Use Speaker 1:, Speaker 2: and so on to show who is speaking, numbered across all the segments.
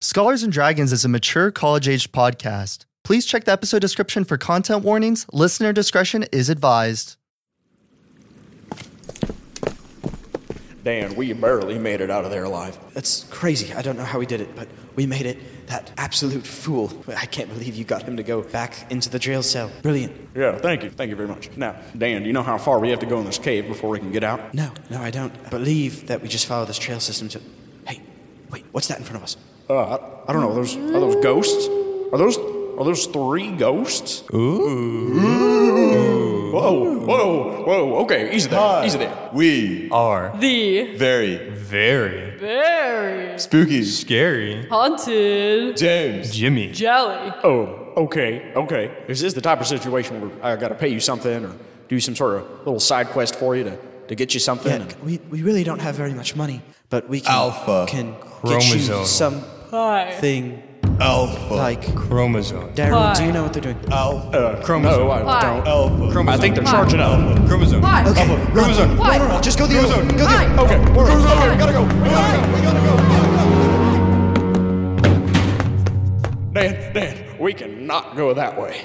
Speaker 1: Scholars and Dragons is a mature college age podcast. Please check the episode description for content warnings. Listener discretion is advised.
Speaker 2: Dan, we barely made it out of there alive.
Speaker 3: That's crazy. I don't know how we did it, but we made it. That absolute fool. I can't believe you got him to go back into the jail cell. Brilliant.
Speaker 2: Yeah, thank you. Thank you very much. Now, Dan, do you know how far we have to go in this cave before we can get out?
Speaker 3: No, no, I don't believe that we just follow this trail system to. Hey, wait, what's that in front of us?
Speaker 2: Uh, I, I don't know. Are those are those ghosts? Are those are those three ghosts? Ooh. Whoa, whoa, whoa. Okay, easy there.
Speaker 4: Hi.
Speaker 2: Easy there.
Speaker 4: We are
Speaker 5: The
Speaker 4: very
Speaker 6: Very
Speaker 5: very
Speaker 4: spooky.
Speaker 6: scary.
Speaker 5: haunted
Speaker 4: James.
Speaker 6: Jimmy.
Speaker 5: jelly.
Speaker 2: Oh, okay, okay. Is this the type of situation where I gotta pay you something or do some sort of little side quest for you to, to get you something?
Speaker 3: Yeah, we, we really don't have very much money, but we can.
Speaker 4: Alpha
Speaker 3: Can get you
Speaker 6: chromosome.
Speaker 3: some
Speaker 5: Hi.
Speaker 3: thing
Speaker 4: Alpha.
Speaker 3: like.
Speaker 6: Chromosome.
Speaker 3: Daryl, do
Speaker 5: Hi.
Speaker 3: you know what they're doing?
Speaker 4: Alpha.
Speaker 6: Chromosome.
Speaker 2: No, I
Speaker 5: Why?
Speaker 2: don't.
Speaker 4: Alpha.
Speaker 2: I think they're
Speaker 5: Why?
Speaker 2: charging up.
Speaker 6: Chromosome.
Speaker 5: Hi.
Speaker 3: Okay,
Speaker 4: Alpha.
Speaker 3: run,
Speaker 4: Chromosome.
Speaker 3: run, No, no, no, just go the other way. Go the other way.
Speaker 5: Hi.
Speaker 2: Okay, we're going. We gotta go. We gotta go. We gotta go. Dan, Dan, we cannot go that way.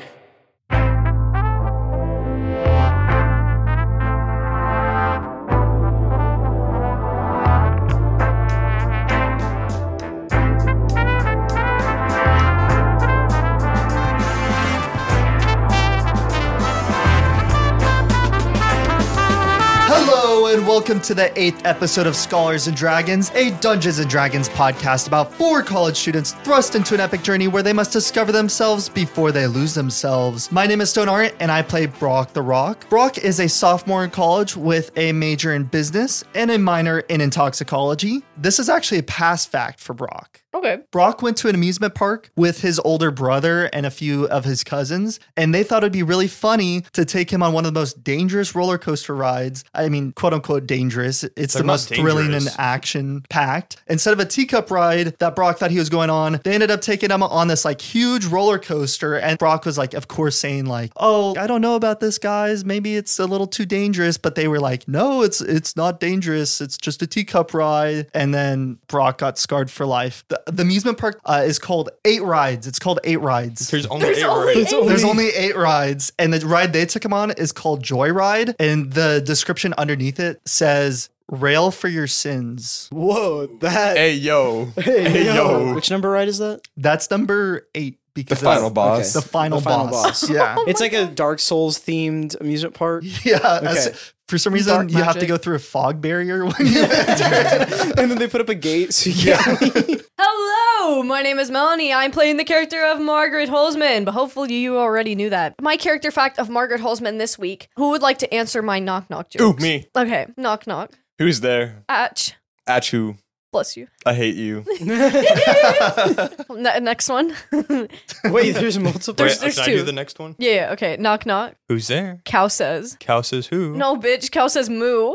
Speaker 1: Hello, and welcome to the eighth episode of Scholars and Dragons, a Dungeons and Dragons podcast about four college students thrust into an epic journey where they must discover themselves before they lose themselves. My name is Stone Art, and I play Brock the Rock. Brock is a sophomore in college with a major in business and a minor in toxicology. This is actually a past fact for Brock.
Speaker 5: Okay.
Speaker 1: Brock went to an amusement park with his older brother and a few of his cousins, and they thought it'd be really funny to take him on one of the most dangerous roller coaster rides. I mean, quote unquote, dangerous. It's the
Speaker 6: not
Speaker 1: most thrilling and
Speaker 6: dangerous.
Speaker 1: action packed. Instead of a teacup ride that Brock thought he was going on, they ended up taking him on this like huge roller coaster. And Brock was like, of course, saying like, "Oh, I don't know about this, guys. Maybe it's a little too dangerous." But they were like, "No, it's it's not dangerous. It's just a teacup ride." And then Brock got scarred for life. The, the amusement park uh, is called Eight Rides. It's called Eight Rides.
Speaker 6: There's only
Speaker 5: There's
Speaker 6: eight
Speaker 5: only
Speaker 6: rides.
Speaker 5: eight.
Speaker 1: There's only eight rides, and the ride they took him on is called Joyride, and the description underneath it says "Rail for your sins."
Speaker 3: Whoa, that.
Speaker 4: Hey yo.
Speaker 3: Hey,
Speaker 4: yo.
Speaker 3: Which number ride is that?
Speaker 1: That's number eight because
Speaker 4: The final
Speaker 1: that's
Speaker 4: boss.
Speaker 1: The final,
Speaker 3: The final
Speaker 1: boss.
Speaker 3: boss.
Speaker 1: yeah,
Speaker 3: it's like a Dark Souls themed amusement park.
Speaker 1: yeah. as-
Speaker 3: Okay.
Speaker 1: for some reason,
Speaker 5: Dark
Speaker 1: you have to
Speaker 5: magic.
Speaker 1: go through a fog barrier when you enter. it.
Speaker 3: and then they put up a gate so you can't
Speaker 5: Hello, my name is Melanie. I'm playing the character of Margaret Holzman, but hopefully you already knew that. My character fact of Margaret Holzman this week. Who would like to answer my knock knock
Speaker 4: Ooh,
Speaker 5: jokes?
Speaker 4: me.
Speaker 5: Okay, knock knock.
Speaker 4: Who's there?
Speaker 5: Atch.
Speaker 4: At you.
Speaker 5: Bless you.
Speaker 4: I hate you.
Speaker 5: Ne- next one. yeah,
Speaker 3: Wait, there's multiple.
Speaker 5: There's-
Speaker 6: Wait, can I
Speaker 5: two.
Speaker 6: do the next one?
Speaker 5: yeah, okay. Knock knock.
Speaker 6: Who's there?
Speaker 5: Cow says.
Speaker 6: Cow says who?
Speaker 5: No, bitch. Cow says moo.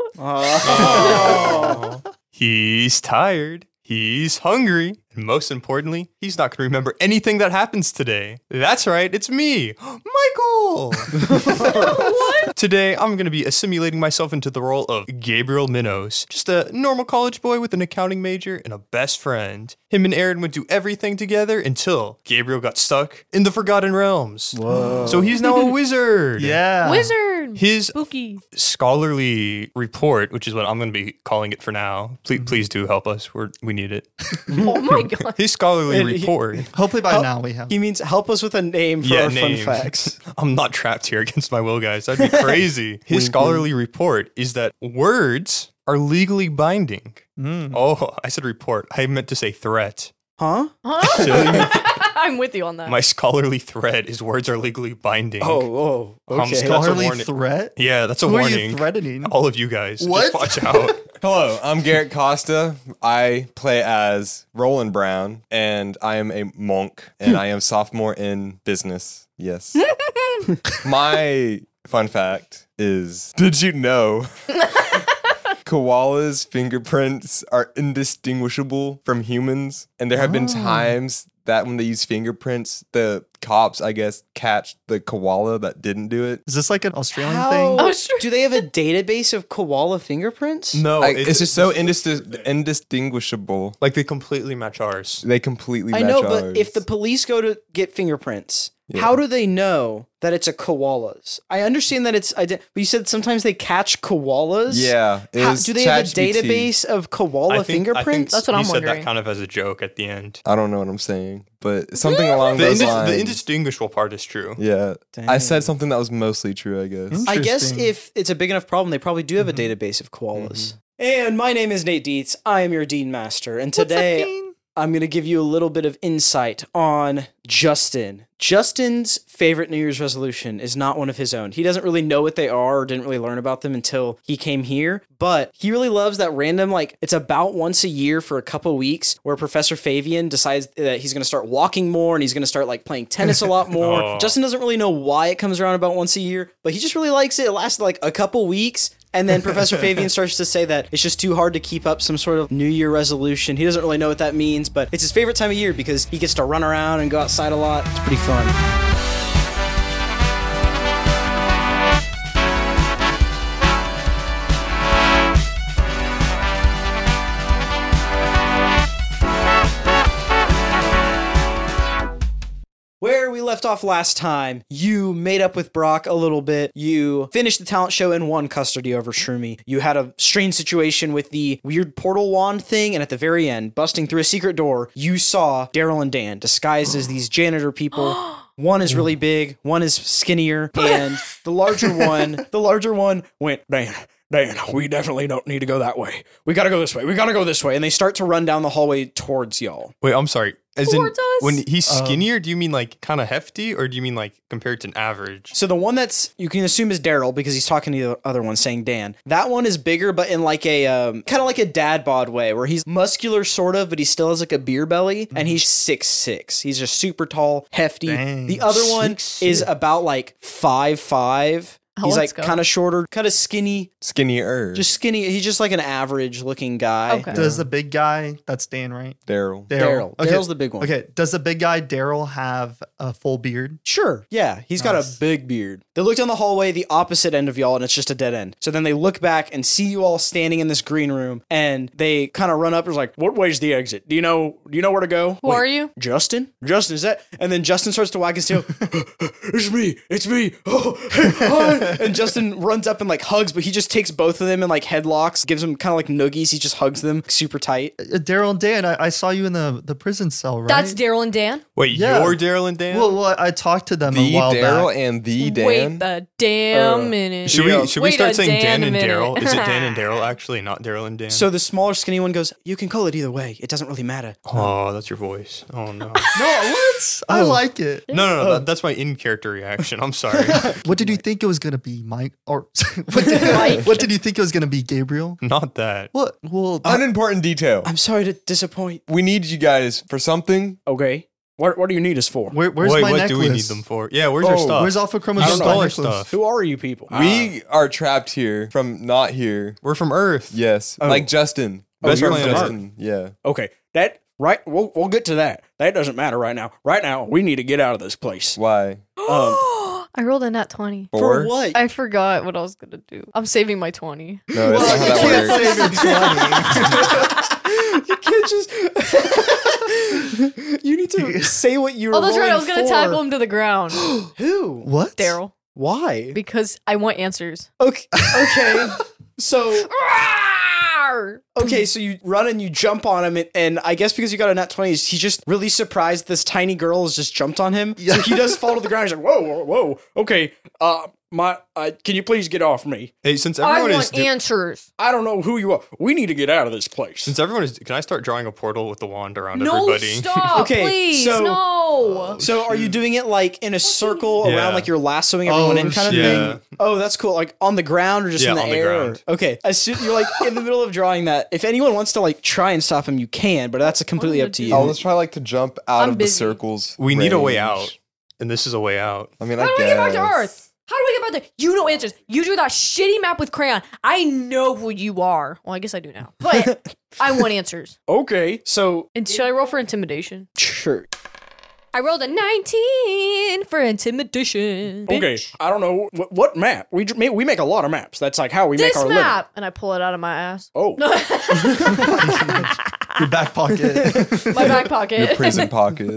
Speaker 6: He's tired. He's hungry. And most importantly, he's not going to remember anything that happens today. That's right, it's me, Michael. Today, I'm going to be assimilating myself into the role of Gabriel Minos, just a normal college boy with an accounting major and a best friend. Him and Aaron would do everything together until Gabriel got stuck in the Forgotten Realms. So he's now a wizard.
Speaker 3: Ah.
Speaker 1: yeah,
Speaker 5: Wizard.
Speaker 6: His
Speaker 5: Spooky.
Speaker 6: scholarly report, which is what I'm going to be calling it for now. Please, please do help us. We're, we need it.
Speaker 5: Oh my god.
Speaker 6: His scholarly
Speaker 3: And he-
Speaker 6: report.
Speaker 1: Hopefully
Speaker 3: Oh.
Speaker 1: by now we have.
Speaker 3: He means help us with a name for
Speaker 6: Yeah,
Speaker 3: our
Speaker 6: name.
Speaker 3: fun facts.
Speaker 6: I'm not trapped here against my will, guys. That'd be crazy. His scholarly report is that words are legally binding. Oh, I said report. I meant to say threat.
Speaker 3: Huh?
Speaker 5: Huh? I'm with you on that.
Speaker 6: My scholarly threat is words are legally binding.
Speaker 3: Oh, oh,
Speaker 6: I'm
Speaker 3: okay.
Speaker 6: scared.
Speaker 1: Scholarly
Speaker 6: warning.
Speaker 1: threat.
Speaker 6: yeah, that's a
Speaker 1: Who
Speaker 6: warning.
Speaker 1: are you threatening?
Speaker 6: All of you guys. just
Speaker 1: What?
Speaker 6: watch out.
Speaker 4: Hello, I'm Garrett Costa. I play as Roland Brown, and I am a monk, and I am sophomore in business. Yes. My fun fact is Did you know koalas' fingerprints are indistinguishable from humans, and there have
Speaker 6: Oh.
Speaker 4: been times that when they use fingerprints, the cops, I guess, catch the koala that didn't do it.
Speaker 1: Is this like an Australian
Speaker 3: How Oh,
Speaker 1: thing?
Speaker 3: do they have a database of koala fingerprints?
Speaker 6: No,
Speaker 4: Like, it's, just so indis- indistinguishable.
Speaker 6: like they completely match ours.
Speaker 4: They completely.
Speaker 3: I
Speaker 4: match
Speaker 3: know, but
Speaker 4: ours.
Speaker 3: if the police go to get fingerprints,
Speaker 4: Yeah.
Speaker 3: how do they know that it's a koala's? I understand that it's. ide- But you said sometimes they catch koalas.
Speaker 4: yeah,
Speaker 3: How,
Speaker 4: it's
Speaker 3: do they have a
Speaker 4: ChatGPT.
Speaker 3: database of koala
Speaker 6: I think- I think
Speaker 3: fingerprints?
Speaker 5: That's what I'm
Speaker 6: he said
Speaker 5: wondering.
Speaker 6: that kind of as a joke at the end.
Speaker 4: I don't know what I'm saying, but something along
Speaker 6: The,
Speaker 4: those
Speaker 6: indis-
Speaker 4: lines.
Speaker 6: the indistinguishable part is true.
Speaker 4: yeah, I
Speaker 3: Dang.
Speaker 4: said something that was mostly true. I guess.
Speaker 3: I guess
Speaker 1: Interesting.
Speaker 3: if it's a big enough problem, they probably do have a
Speaker 4: Mm-hmm.
Speaker 3: database of koalas. And my name is Nate Dietz. I am your Dean Master. And today I'm going to give you a little bit of insight on Justin. Justin's favorite New Year's resolution is not one of his own. He doesn't really know what they are or didn't really learn about them until he came here, but he really loves that random, like, it's about once a year for a couple weeks where Professor Fabian decides that he's going to start walking more and he's going to start, like, playing tennis a lot more.
Speaker 6: Oh.
Speaker 3: Justin doesn't really know why it comes around about once a year, but he just really likes it. It lasts, like, a couple weeks. And then Professor Fabian starts to say that it's just too hard to keep up some sort of New Year resolution. He doesn't really know what that means, but it's his favorite time of year because he gets to run around and go outside a lot. It's pretty fun. Where we left off last time, you made up with Brock a little bit. You finished the talent show and won custody over Shroomy. You had a strange situation with the weird portal wand thing, and at the very end, busting through a secret door, you saw Daryl and Dan disguised as these janitor people. One is really big, one is skinnier, and the larger one, the larger one went Dan. Dan, we definitely don't need to go that way. We gotta go this way. We gotta go this way. And they start to run down the hallway towards y'all.
Speaker 6: Wait, I'm sorry. As in,
Speaker 5: Towards us?
Speaker 6: when he's skinnier, do you mean like kind of hefty, or do you mean like compared to an average?
Speaker 3: So the one that's you can assume is Daryl because he's talking to the other one, saying Dan. That one is bigger, but in like a um, kind of like a dad bod way, where he's muscular sort of, but he still has like a beer belly, and he's six six. He's just super tall, hefty.
Speaker 1: Dang.
Speaker 3: The other one is about like five five.
Speaker 5: Oh,
Speaker 3: He's like
Speaker 5: let's go.
Speaker 3: kind of shorter, kind of skinny,
Speaker 4: Skinnier.
Speaker 3: just skinny. He's just like an average looking guy.
Speaker 5: Okay.
Speaker 1: Does the big guy, that's Dan, right?
Speaker 4: Daryl.
Speaker 3: Daryl. Daryl's the big one.
Speaker 1: Okay. Does the big guy, Daryl, have a full beard?
Speaker 3: Sure. Yeah. he's got a big beard. They look down the hallway, the opposite end of y'all, and it's just a dead end. So then they look back and see you all standing in this green room, and they kind of run up and is like, "What way's the exit? Do you know? Do you know where to go?
Speaker 5: Who are you?
Speaker 3: Justin? Justin is that?" And then Justin starts to wag his tail. it's me. It's me. Oh, hey, hi." and Justin runs up and like hugs, but he just takes both of them and like headlocks, gives them kind of like noogies. He just hugs them super tight.
Speaker 1: Uh, Daryl and Dan, I, I saw you in the, the prison cell, right?
Speaker 5: That's Daryl and Dan.
Speaker 6: Wait,
Speaker 1: Yeah.
Speaker 6: you're Daryl and Dan.
Speaker 1: Well, well, I talked to them
Speaker 4: The
Speaker 1: a while
Speaker 4: Daryl
Speaker 1: back.
Speaker 4: and the Dan.
Speaker 5: Wait a damn minute.
Speaker 6: Uh, should we should we
Speaker 5: Wait
Speaker 6: start
Speaker 5: a
Speaker 6: saying Dan,
Speaker 5: Dan
Speaker 6: and
Speaker 5: minute.
Speaker 6: Daryl? Is it Dan and Daryl actually, not Daryl and Dan?
Speaker 3: So the smaller, skinny one goes, "You can call it either way. It doesn't really matter."
Speaker 6: oh, that's your voice. Oh no,
Speaker 1: no, what? I like it.
Speaker 6: no, no, no that, that's my in character reaction. I'm sorry.
Speaker 1: What did you think it was gonna be, Mike? Or what did, what did you think it was gonna be, Gabriel? Uh,
Speaker 6: not that.
Speaker 1: What? Well,
Speaker 4: Unimportant detail.
Speaker 3: I'm sorry to disappoint.
Speaker 4: We need you guys for something.
Speaker 3: Okay. What, what do you need us for?
Speaker 1: where, where's
Speaker 6: Wait,
Speaker 1: my
Speaker 6: what
Speaker 1: necklace?
Speaker 6: do we need them for? Yeah, where's our
Speaker 4: Oh,
Speaker 6: stuff?
Speaker 1: Where's Alpha Chromosome
Speaker 6: don't know.
Speaker 1: necklace?
Speaker 6: Stuff.
Speaker 3: Who are you people?
Speaker 4: we are trapped here from not here.
Speaker 6: Ah. We're Oh. from Earth.
Speaker 4: Yes, like Justin.
Speaker 6: Best
Speaker 4: We're
Speaker 6: friend of
Speaker 4: Justin. Yeah.
Speaker 3: Ah, okay. That right. We'll we'll get to that. That doesn't matter right now. Right now, we need to get out of this place.
Speaker 4: Why?
Speaker 5: I rolled a nat 20.
Speaker 4: Four?
Speaker 3: what?
Speaker 5: I forgot what I was going to do. I'm saving my 20.
Speaker 4: No, that's not how that works.
Speaker 3: you need to say what you were.
Speaker 5: Oh, that's right. I was
Speaker 3: rolling
Speaker 5: going to
Speaker 3: for.
Speaker 5: tackle him to the ground.
Speaker 3: Who?
Speaker 1: What?
Speaker 5: Daryl.
Speaker 3: Why?
Speaker 5: Because I want answers.
Speaker 3: Okay. Okay. so okay, so you run and you jump on him, and, and I guess because you got a nat twenty, he's just really surprised this tiny girl has just jumped on him. So he does fall to the ground. He's like, whoa, whoa, whoa. Okay. Uh, my, uh, can you please get off me?
Speaker 6: Hey, since
Speaker 5: I
Speaker 6: everyone is
Speaker 5: want
Speaker 6: do-
Speaker 5: answers.
Speaker 3: I don't know who you are. We need to get out of this place.
Speaker 6: since everyone is, can I start drawing a portal with the wand around
Speaker 5: No,
Speaker 6: everybody?
Speaker 5: stop.
Speaker 3: Okay,
Speaker 5: please.
Speaker 3: so-
Speaker 5: no.
Speaker 3: So are you doing it like in a circle
Speaker 6: Yeah. Oh,
Speaker 3: around like you're lassoing everyone in kind of
Speaker 6: shit. Yeah.
Speaker 3: thing? Oh, that's cool. Like on the ground or just
Speaker 6: Yeah,
Speaker 3: in the
Speaker 6: on the
Speaker 3: air?
Speaker 6: ground.
Speaker 3: Okay. As soon, you're like in the middle of drawing that. If anyone wants to like try and stop him, you can, but that's completely
Speaker 5: am I
Speaker 3: up to
Speaker 5: gonna
Speaker 3: you.
Speaker 4: Oh, let's try like to jump out
Speaker 5: I'm
Speaker 4: of the
Speaker 5: busy.
Speaker 4: circles.
Speaker 6: we need a way
Speaker 4: range.
Speaker 6: out, and this is a way out.
Speaker 4: I mean,
Speaker 5: How
Speaker 4: I
Speaker 5: do I
Speaker 4: guess.
Speaker 5: get back to Earth? How do we get back there? You know answers. You drew that shitty map with crayon. I know who you are. Well, I guess I do now. But I want answers.
Speaker 2: Okay, so
Speaker 5: And should I roll for intimidation?
Speaker 3: Sure.
Speaker 5: I rolled a 19 for intimidation.
Speaker 2: okay, I don't know what, what map we dr- ma- we make a lot of maps. That's like how we
Speaker 5: This
Speaker 2: make our
Speaker 5: map. And I pull it out of my ass.
Speaker 2: living. Oh,
Speaker 1: Your back pocket.
Speaker 5: My back
Speaker 4: Your
Speaker 5: pocket.
Speaker 4: prison
Speaker 6: Oh,
Speaker 4: pocket.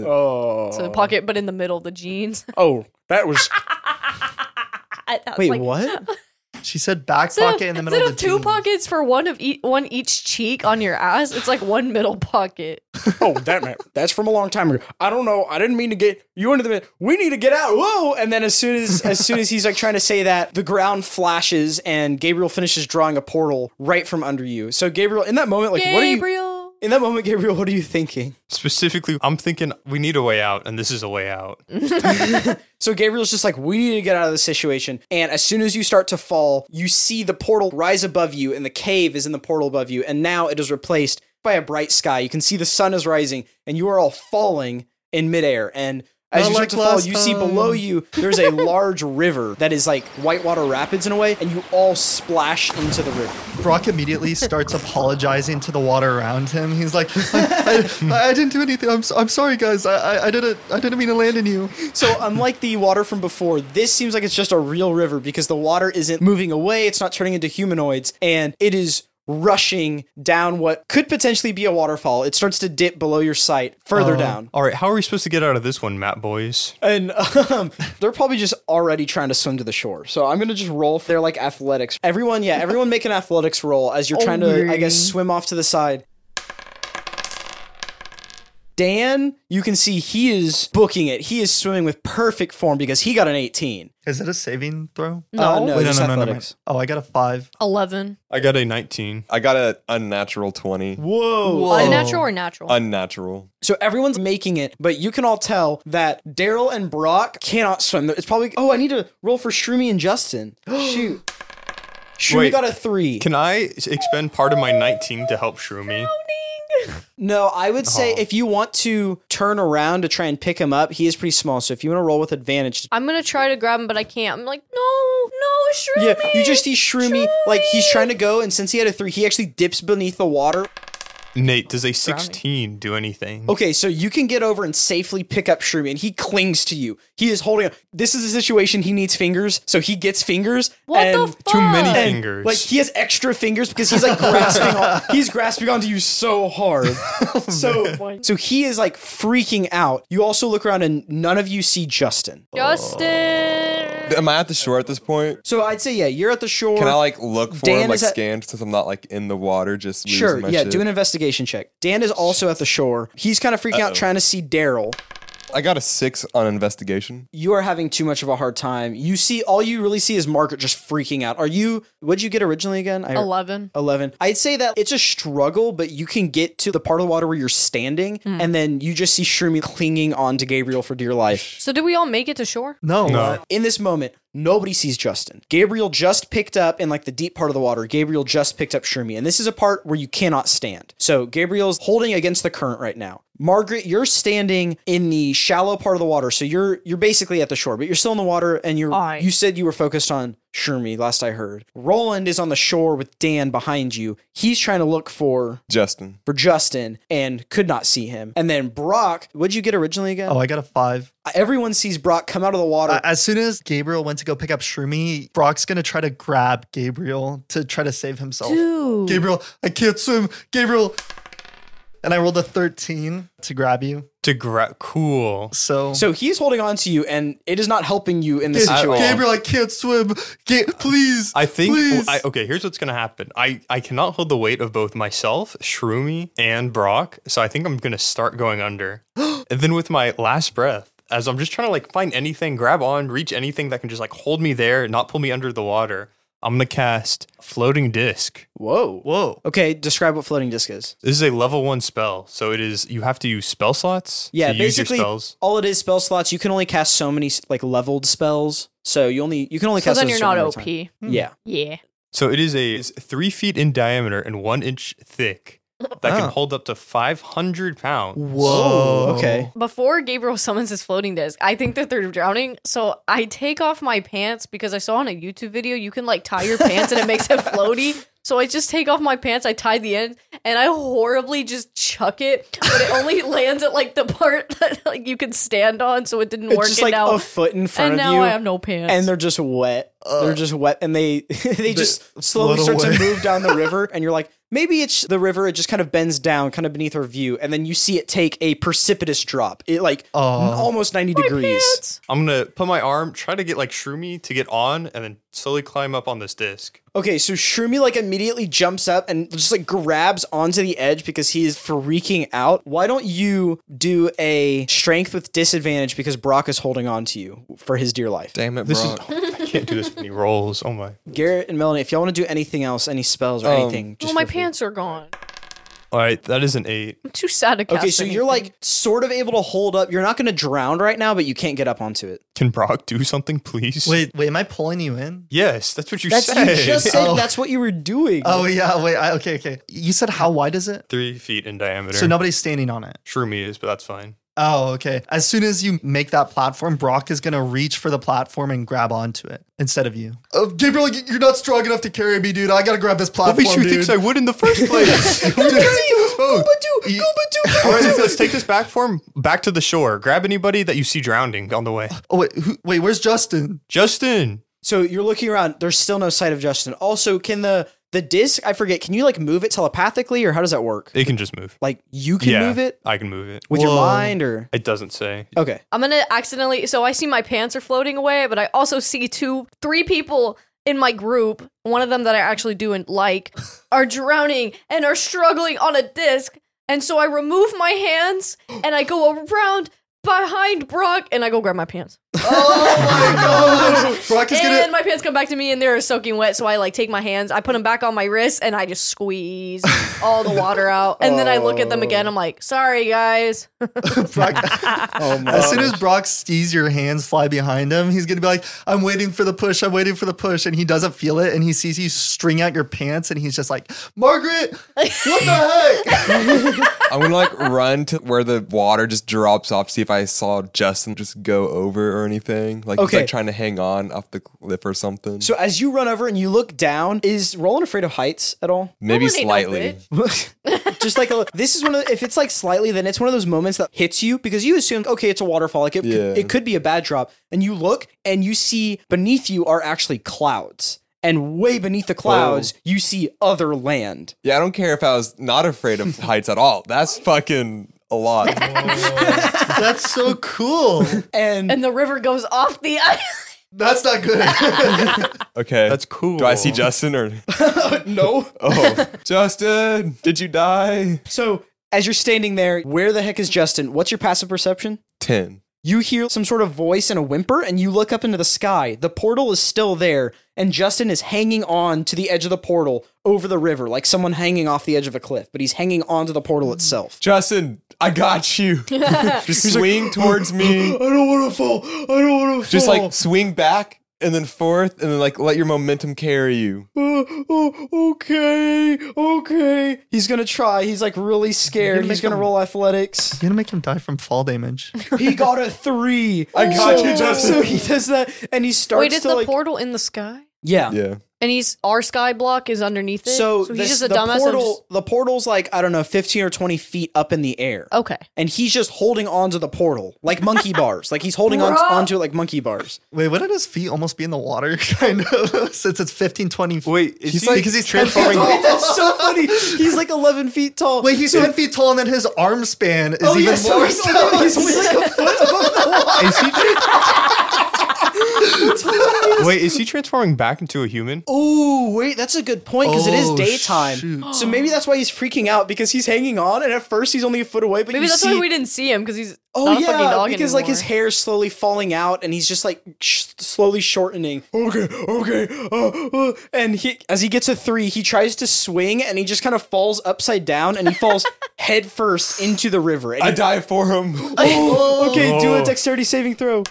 Speaker 5: so the pocket, but in the middle of the jeans.
Speaker 2: oh, that was
Speaker 5: I- I was
Speaker 3: Wait,
Speaker 5: like,
Speaker 3: what?
Speaker 1: she said back
Speaker 5: Instead of,
Speaker 1: pocket in the middle
Speaker 5: instead
Speaker 1: of
Speaker 5: of,
Speaker 1: the
Speaker 5: two
Speaker 1: jeans.
Speaker 5: pockets for one of each, one each cheek on your ass, it's like one middle pocket.
Speaker 2: oh that map. That's from a long time ago. I don't know. I didn't mean to get you into the. We need to get out. Whoa!
Speaker 3: And then as soon as as soon as he's like trying to say that, the ground flashes and Gabriel finishes drawing a portal right from under you. So Gabriel, in that moment, like what are you?
Speaker 5: Gabriel.
Speaker 3: In that moment, Gabriel, what are you thinking?
Speaker 6: Specifically, I'm thinking we need a way out, and this is a way out.
Speaker 3: So Gabriel's just like, we need to get out of this situation. And as soon as you start to fall, you see the portal rise above you, and the cave is in the portal above you. And now it is replaced by a bright sky. You can see the sun is rising, and you are all falling in midair. And as
Speaker 1: Not
Speaker 3: you
Speaker 1: like
Speaker 3: start to fall,
Speaker 1: last
Speaker 3: you see
Speaker 1: time.
Speaker 3: below you there's a large river that is like whitewater rapids in a way, and you all splash into the river.
Speaker 1: Brock immediately starts apologizing to the water around him. He's like, I, I, I didn't do anything. I'm, so- I'm sorry, guys. I, I, I didn't I didn't mean to land in you.
Speaker 3: So unlike the water from before, this seems like it's just a real river because the water isn't moving away, it's not turning into humanoids, and it is rushing down what could potentially be a waterfall. It starts to dip below your sight, further down.
Speaker 6: All right, how are we supposed to get out of this one, Matt boys?
Speaker 3: And um, they're probably just already trying to swim to the shore. So I'm going to just roll for their like athletics. Everyone, yeah, everyone make an athletics roll as you're trying to I guess swim off to the side. Dan, you can see he is booking it. He is swimming with perfect form because he got an 18.
Speaker 1: Is it a saving throw?
Speaker 3: Uh, no,
Speaker 1: Wait,
Speaker 3: just
Speaker 1: no, no, no, no, no.
Speaker 3: athletics.
Speaker 1: Oh, I got a five.
Speaker 5: Eleven.
Speaker 6: I got a 19.
Speaker 4: I got an unnatural 20.
Speaker 3: Whoa.
Speaker 5: Unnatural or natural?
Speaker 4: Unnatural.
Speaker 3: So everyone's making it, but you can all tell that Daryl and Brock cannot swim. It's probably, oh, I need to roll for Shroomy and Justin. Shoot. Shroomy
Speaker 6: Wait.
Speaker 3: got a three.
Speaker 6: Can I s- expend part of my 19 to help Shroomy?
Speaker 3: no, I would
Speaker 1: Oh.
Speaker 3: say if you want to turn around to try and pick him up, he is pretty small. So if you want to roll with advantage,
Speaker 5: I'm gonna try to grab him, but I can't. I'm like, no, no, Shroomy.
Speaker 3: yeah, you just see Shroomy, like he's trying to go, and since he had a three, he actually dips beneath the water.
Speaker 6: Nate, does a 16 do anything?
Speaker 3: Okay, so you can get over and safely pick up Shroomy, and he clings to you. He is holding on. This is a situation he needs fingers, so he gets fingers.
Speaker 5: What the
Speaker 3: and
Speaker 5: fuck?
Speaker 6: Too many
Speaker 3: and,
Speaker 6: fingers.
Speaker 3: Like he has extra fingers because he's like grasping. on, he's grasping onto you so hard.
Speaker 6: Oh,
Speaker 3: so so he is like freaking out. You also look around, and none of you see Justin.
Speaker 5: Justin.
Speaker 4: Am I at the shore at this point?
Speaker 3: So I'd say yeah, you're at the shore.
Speaker 4: Can I like look for
Speaker 3: Dan
Speaker 4: him, like
Speaker 3: is at-
Speaker 4: scan, since I'm not like in the water, just losing
Speaker 3: Sure,
Speaker 4: my
Speaker 3: yeah.
Speaker 4: shit?
Speaker 3: Do an investigation check. Dan is also at the shore. He's kind of freaking out, trying to see Daryl.
Speaker 4: I got a six on investigation.
Speaker 3: you are having too much of a hard time. You see, all you really see is Margaret just freaking out. Are you, what'd you get originally again? I,
Speaker 5: Eleven.
Speaker 3: 11. I'd say that it's a struggle, but you can get to the part of the water where you're standing, and then you just see Shroomy clinging on to Gabriel for dear life.
Speaker 5: So did we all make it to shore?
Speaker 1: No.
Speaker 6: No.
Speaker 3: In this moment, nobody sees Justin. Gabriel just picked up in like the deep part of the water. Gabriel just picked up Shroomy, and this is a part where you cannot stand. So Gabriel's holding against the current right now. Margaret, you're standing in the shallow part of the water, so you're you're basically at the shore, but you're still in the water, and you're
Speaker 5: Aye.
Speaker 3: you said you were focused on Shroomy. Last I heard, Roland is on the shore with Dan behind you. He's trying to look for
Speaker 4: Justin.
Speaker 3: for Justin and could not see him. And then Brock, what'd you get originally again?
Speaker 1: Oh, I got a five.
Speaker 3: Everyone sees Brock come out of the water.
Speaker 1: Uh, as soon as Gabriel went to go pick up Shroomy, Brock's gonna try to grab Gabriel to try to save himself.
Speaker 5: Dude.
Speaker 1: Gabriel, I can't swim. Gabriel. And I rolled a 13 to grab you.
Speaker 6: To grab. Cool.
Speaker 1: So,
Speaker 3: So he's holding on to you, and it is not helping you in this
Speaker 1: Ga-
Speaker 3: situation.
Speaker 1: Gabriel, I can't swim. Ga- please.
Speaker 6: I think oh,
Speaker 1: Please.
Speaker 6: I, okay. Here's what's gonna happen. I I cannot hold the weight of both myself, Shroomy, and Brock. So I think I'm gonna start going under. and then with my last breath, as I'm just trying to like find anything, grab on, reach anything that can just like hold me there, not pull me under the water. I'm gonna cast floating disc.
Speaker 3: Whoa.
Speaker 1: Whoa.
Speaker 3: Okay, describe what floating disc is.
Speaker 6: This is a level one spell, so it is you have to use spell slots.
Speaker 3: Yeah,
Speaker 6: to use your
Speaker 3: basically,
Speaker 6: spells.
Speaker 3: all it is spell slots. You can only cast so many like leveled spells, so you only you can only
Speaker 5: So
Speaker 3: cast.
Speaker 5: then
Speaker 3: those
Speaker 5: you're
Speaker 3: a
Speaker 5: not
Speaker 3: certain
Speaker 5: OP.
Speaker 3: amount
Speaker 6: Hmm.
Speaker 3: of time. Yeah.
Speaker 5: Yeah.
Speaker 6: So it is a it's three feet in diameter and one inch thick. that can hold up to 500 pounds. Oh.
Speaker 1: Whoa.
Speaker 3: Okay.
Speaker 5: Before Gabriel summons his floating disc, I think that they're drowning. So I take off my pants because I saw on a YouTube video you can like tie your pants and it makes it floaty. So I just take off my pants, I tie the end, and I horribly just chuck it, but it only lands at like the part that like you can stand on, so it didn't work.
Speaker 3: It's just
Speaker 5: and
Speaker 3: like
Speaker 5: now,
Speaker 3: a foot in front
Speaker 5: and
Speaker 3: of
Speaker 5: now
Speaker 3: you.
Speaker 5: I have no pants.
Speaker 3: and they're just wet. they're just wet, and they they just slowly
Speaker 1: float
Speaker 3: start
Speaker 1: away.
Speaker 3: to move down the river. And you're like, maybe it's the river. It just kind of bends down, kind of beneath our view, and then you see it take a precipitous drop. It like
Speaker 6: Oh.
Speaker 3: almost ninety degrees.
Speaker 5: Pants.
Speaker 6: I'm gonna put my arm, try to get like Shroomy to get on, and then slowly climb up on this disc.
Speaker 3: Okay, so Shroomy like immediately jumps up and just like grabs onto the edge because he is freaking out. Why don't you do a strength with disadvantage because Brock is holding on to you for his dear life.
Speaker 4: Damn it,
Speaker 6: This
Speaker 4: bro.
Speaker 6: is I can't do this many rolls. Oh my!
Speaker 3: Garrett and Melanie, if y'all want to do anything else, any spells or anything, just
Speaker 5: Well, my
Speaker 3: feel free.
Speaker 5: pants are gone.
Speaker 6: All right, that is an eight.
Speaker 5: I'm too sad to cast.
Speaker 3: Okay, so you're
Speaker 5: anything.
Speaker 3: like sort of able to hold up. You're not going to drown right now, but you can't get up onto it.
Speaker 6: Can Brock do something, please?
Speaker 1: Wait, wait, am I pulling you in?
Speaker 6: Yes, that's what you
Speaker 3: That's
Speaker 6: said.
Speaker 3: you just said
Speaker 1: Oh.
Speaker 3: that's what you were doing.
Speaker 1: Oh yeah, wait, I, okay, okay. You said how wide is it?
Speaker 6: Three feet in diameter.
Speaker 1: So nobody's standing on it.
Speaker 6: Shroomy is, but that's fine.
Speaker 1: Oh, okay. As soon as you make that platform, Brock is gonna reach for the platform and grab onto it instead of you. Oh, Gabriel, y- you're not strong enough to carry me, dude. I gotta grab this
Speaker 6: What
Speaker 1: platform,
Speaker 6: makes you think I would in the first place? All right, let's- let's take this back form back to the shore. Grab anybody that you see drowning on the way.
Speaker 1: Oh wait, who, wait, where's Justin?
Speaker 6: Justin,
Speaker 3: So you're looking around. There's still no sight of Justin. Also, can the the disc? I forget. Can you like move it telepathically, or how does that work?
Speaker 6: they can just move.
Speaker 3: Like you can
Speaker 6: yeah,
Speaker 3: move it
Speaker 6: I can move it.
Speaker 3: with your
Speaker 1: Whoa.
Speaker 3: mind, or
Speaker 6: It doesn't say.
Speaker 3: okay.
Speaker 5: I'm gonna accidentally. So I see my pants are floating away, but I also see two, three people in my group. One of them that I actually do and like are drowning and are struggling on a disc. And so I remove my hands and I go around behind Brock and I go grab my pants.
Speaker 1: Brock is
Speaker 5: and
Speaker 1: gonna
Speaker 5: my pants come back to me and they're soaking wet. So I like take my hands, I put them back on my wrists, and I just squeeze all the water out. And then I look at them again. I'm like, sorry guys.
Speaker 3: Oh my!
Speaker 1: As soon as Brock sees your hands fly behind him, he's gonna be like, "I'm waiting for the push. I'm waiting for the push," and he doesn't feel it, and he sees you string out your pants, and he's just like, "Margaret, what the heck?"
Speaker 4: I'm gonna like run to where the water just drops off, see if I saw Justin just go over or anything. Like he's
Speaker 3: Okay.
Speaker 4: like trying to hang on off the cliff or something.
Speaker 3: so as you run over and you look down, is Roland afraid of heights at all?
Speaker 4: Maybe
Speaker 5: Roland ain't no
Speaker 4: slightly.
Speaker 5: bitch.
Speaker 3: just like a, this is one of the, if it's like slightly then it's one of those moments that hits you because you assume okay it's a waterfall like it,
Speaker 4: Yeah.
Speaker 3: could, it could be a bad drop and you look and you see beneath you are actually clouds and way beneath the clouds you see other land
Speaker 4: Yeah, I don't care if I was not afraid of heights at all. That's fucking a lot.
Speaker 1: That's so cool.
Speaker 3: and,
Speaker 5: And the river goes off the island.
Speaker 1: That's not good.
Speaker 4: Okay.
Speaker 6: That's cool.
Speaker 4: Do I see Justin or
Speaker 3: no
Speaker 4: Oh, Justin, did you die?
Speaker 3: so as you're standing there where the heck is justin what's your passive perception
Speaker 4: 10.
Speaker 3: you hear some sort of voice and a whimper and you look up into the sky the portal is still there and justin is hanging on to the edge of the portal over the river like someone hanging off the edge of a cliff but he's hanging onto the portal itself
Speaker 4: Justin, I got you. Just swing towards me. Oh.
Speaker 3: don't want to fall. I don't want to
Speaker 4: Just like swing back and then forth and then like let your momentum carry you.
Speaker 3: Uh, okay, okay. He's gonna try. He's like really scared.
Speaker 1: You're
Speaker 3: He's gonna
Speaker 1: making-
Speaker 3: roll athletics.
Speaker 1: You're gonna make him die from fall damage.
Speaker 3: he got a three. I
Speaker 4: got
Speaker 3: so,
Speaker 4: you, Justin.
Speaker 3: So he does that, and he starts
Speaker 5: Wait, is
Speaker 3: to
Speaker 5: the
Speaker 3: like,
Speaker 5: portal in the sky?
Speaker 3: yeah.
Speaker 4: Yeah.
Speaker 5: And he's our sky block is underneath it.
Speaker 3: So,
Speaker 5: he's
Speaker 3: this-
Speaker 5: just a
Speaker 3: the
Speaker 5: dumbass. and
Speaker 3: portal,
Speaker 5: just-
Speaker 3: the portal's like I don't know, fifteen or twenty feet up in the air,
Speaker 5: okay.
Speaker 3: and he's just holding onto the portal like monkey bars. Like he's holding on
Speaker 5: Bruh.
Speaker 3: onto it like monkey bars.
Speaker 1: Wait, wouldn't his feet almost be in the water, kind of, since it's 15, 20 feet?
Speaker 6: Wait, is
Speaker 1: he's
Speaker 6: he-
Speaker 1: like, because he's 10 feet
Speaker 3: Wait,
Speaker 1: tall.
Speaker 3: that's so funny. He's like eleven feet tall.
Speaker 1: Wait, he's 10 feet tall, and then his arm span is
Speaker 3: Oh,
Speaker 1: even
Speaker 3: yeah, so
Speaker 1: more.
Speaker 3: he's only- he's only like a foot above the water.
Speaker 6: Is he? Wait, is he transforming back into a human?
Speaker 3: Oh, wait, that's a good point because it is
Speaker 1: Oh,
Speaker 3: daytime.
Speaker 1: shoot.
Speaker 3: So maybe that's why he's freaking out because he's hanging on, and at first he's only a foot away, but
Speaker 5: Maybe
Speaker 3: you
Speaker 5: that's
Speaker 3: see,
Speaker 5: why we didn't see him because he's
Speaker 3: Oh
Speaker 5: not a fucking
Speaker 3: yeah,
Speaker 5: dog
Speaker 3: because
Speaker 5: anymore.
Speaker 3: like his hair's slowly falling out, and he's just like sh- slowly shortening. Okay, okay, uh, uh, and he as he gets a three, he tries to swing, and he just kind of falls upside down, and he falls head first into the river. And
Speaker 4: I
Speaker 3: he-
Speaker 4: die for him.
Speaker 3: okay, do a dexterity saving throw.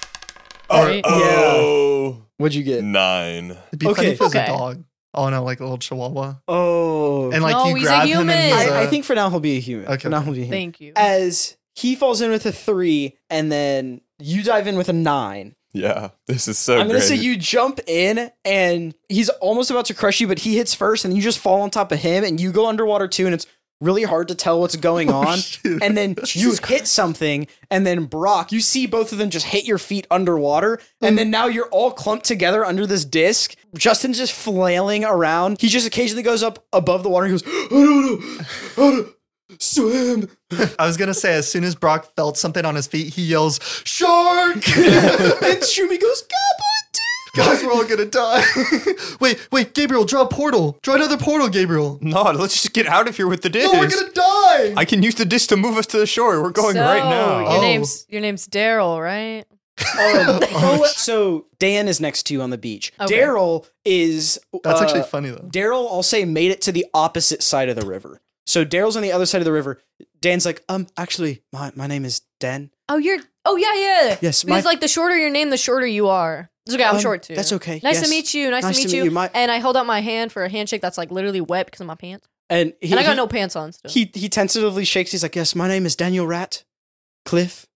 Speaker 5: Right?
Speaker 3: Yeah.
Speaker 4: Oh,
Speaker 3: What'd you get?
Speaker 4: nine.
Speaker 1: It'd be funny
Speaker 3: Okay.
Speaker 1: if it was
Speaker 5: Okay.
Speaker 1: a dog. Oh no, like a little chihuahua.
Speaker 3: Oh.
Speaker 1: And like
Speaker 5: No,
Speaker 1: you
Speaker 5: he's a
Speaker 1: grab him
Speaker 5: human.
Speaker 1: and he's uh,
Speaker 3: I,
Speaker 1: a-
Speaker 3: I think for now he'll be a human.
Speaker 1: Okay,
Speaker 3: For now he'll be a human.
Speaker 5: Thank you.
Speaker 3: As he falls in with a three, and then you dive in with a nine.
Speaker 4: Yeah, this is so
Speaker 3: I'm gonna
Speaker 4: great.
Speaker 3: say you jump in, and he's almost about to crush you, but he hits first, and you just fall on top of him, and you go underwater too, and it's really hard to tell what's going on. and then you hit something, and then Brock, you see both of them just hit your feet underwater, and then now you're all clumped together under this disc. Justin's just flailing around. He just occasionally goes up above the water. and He goes, "Oh, "I don't know, I don't know, swim."
Speaker 1: I was gonna say as soon as Brock felt something on his feet, he yells, Shark!
Speaker 3: and Shumi goes, "Goblin."
Speaker 1: Guys, we're all gonna die. wait, wait, Gabriel, draw a portal. Draw another portal, Gabriel.
Speaker 6: No, let's just get out of here with the disc.
Speaker 1: No, we're gonna die.
Speaker 6: I can use the disc to move us to the shore. We're going right now.
Speaker 5: Your
Speaker 1: Oh.
Speaker 5: name's your name's Daryl, right?
Speaker 3: Um, oh, so Dan is next to you on the beach.
Speaker 5: Okay.
Speaker 3: Daryl is.
Speaker 1: That's
Speaker 3: uh,
Speaker 1: actually funny though.
Speaker 3: Daryl, I'll say, made it to the opposite side of the river. So Daryl's on the other side of the river. Dan's like, um, actually, my, my name is Dan.
Speaker 5: Oh, you're. Oh yeah, yeah.
Speaker 3: Yes,
Speaker 5: Because
Speaker 3: my-
Speaker 5: like the shorter your name, the shorter you are. It's okay. I'm
Speaker 3: Um,
Speaker 5: short too.
Speaker 3: that's okay,
Speaker 5: Nice
Speaker 3: yes.
Speaker 5: to meet you. Nice, to meet you.
Speaker 3: My-
Speaker 5: and I hold out my hand for a handshake that's like literally wet because of my pants.
Speaker 3: And he,
Speaker 5: and I got
Speaker 3: he,
Speaker 5: no pants on still.
Speaker 3: He he tentatively shakes. He's like, yes, my name is Daniel Rat, Cliff.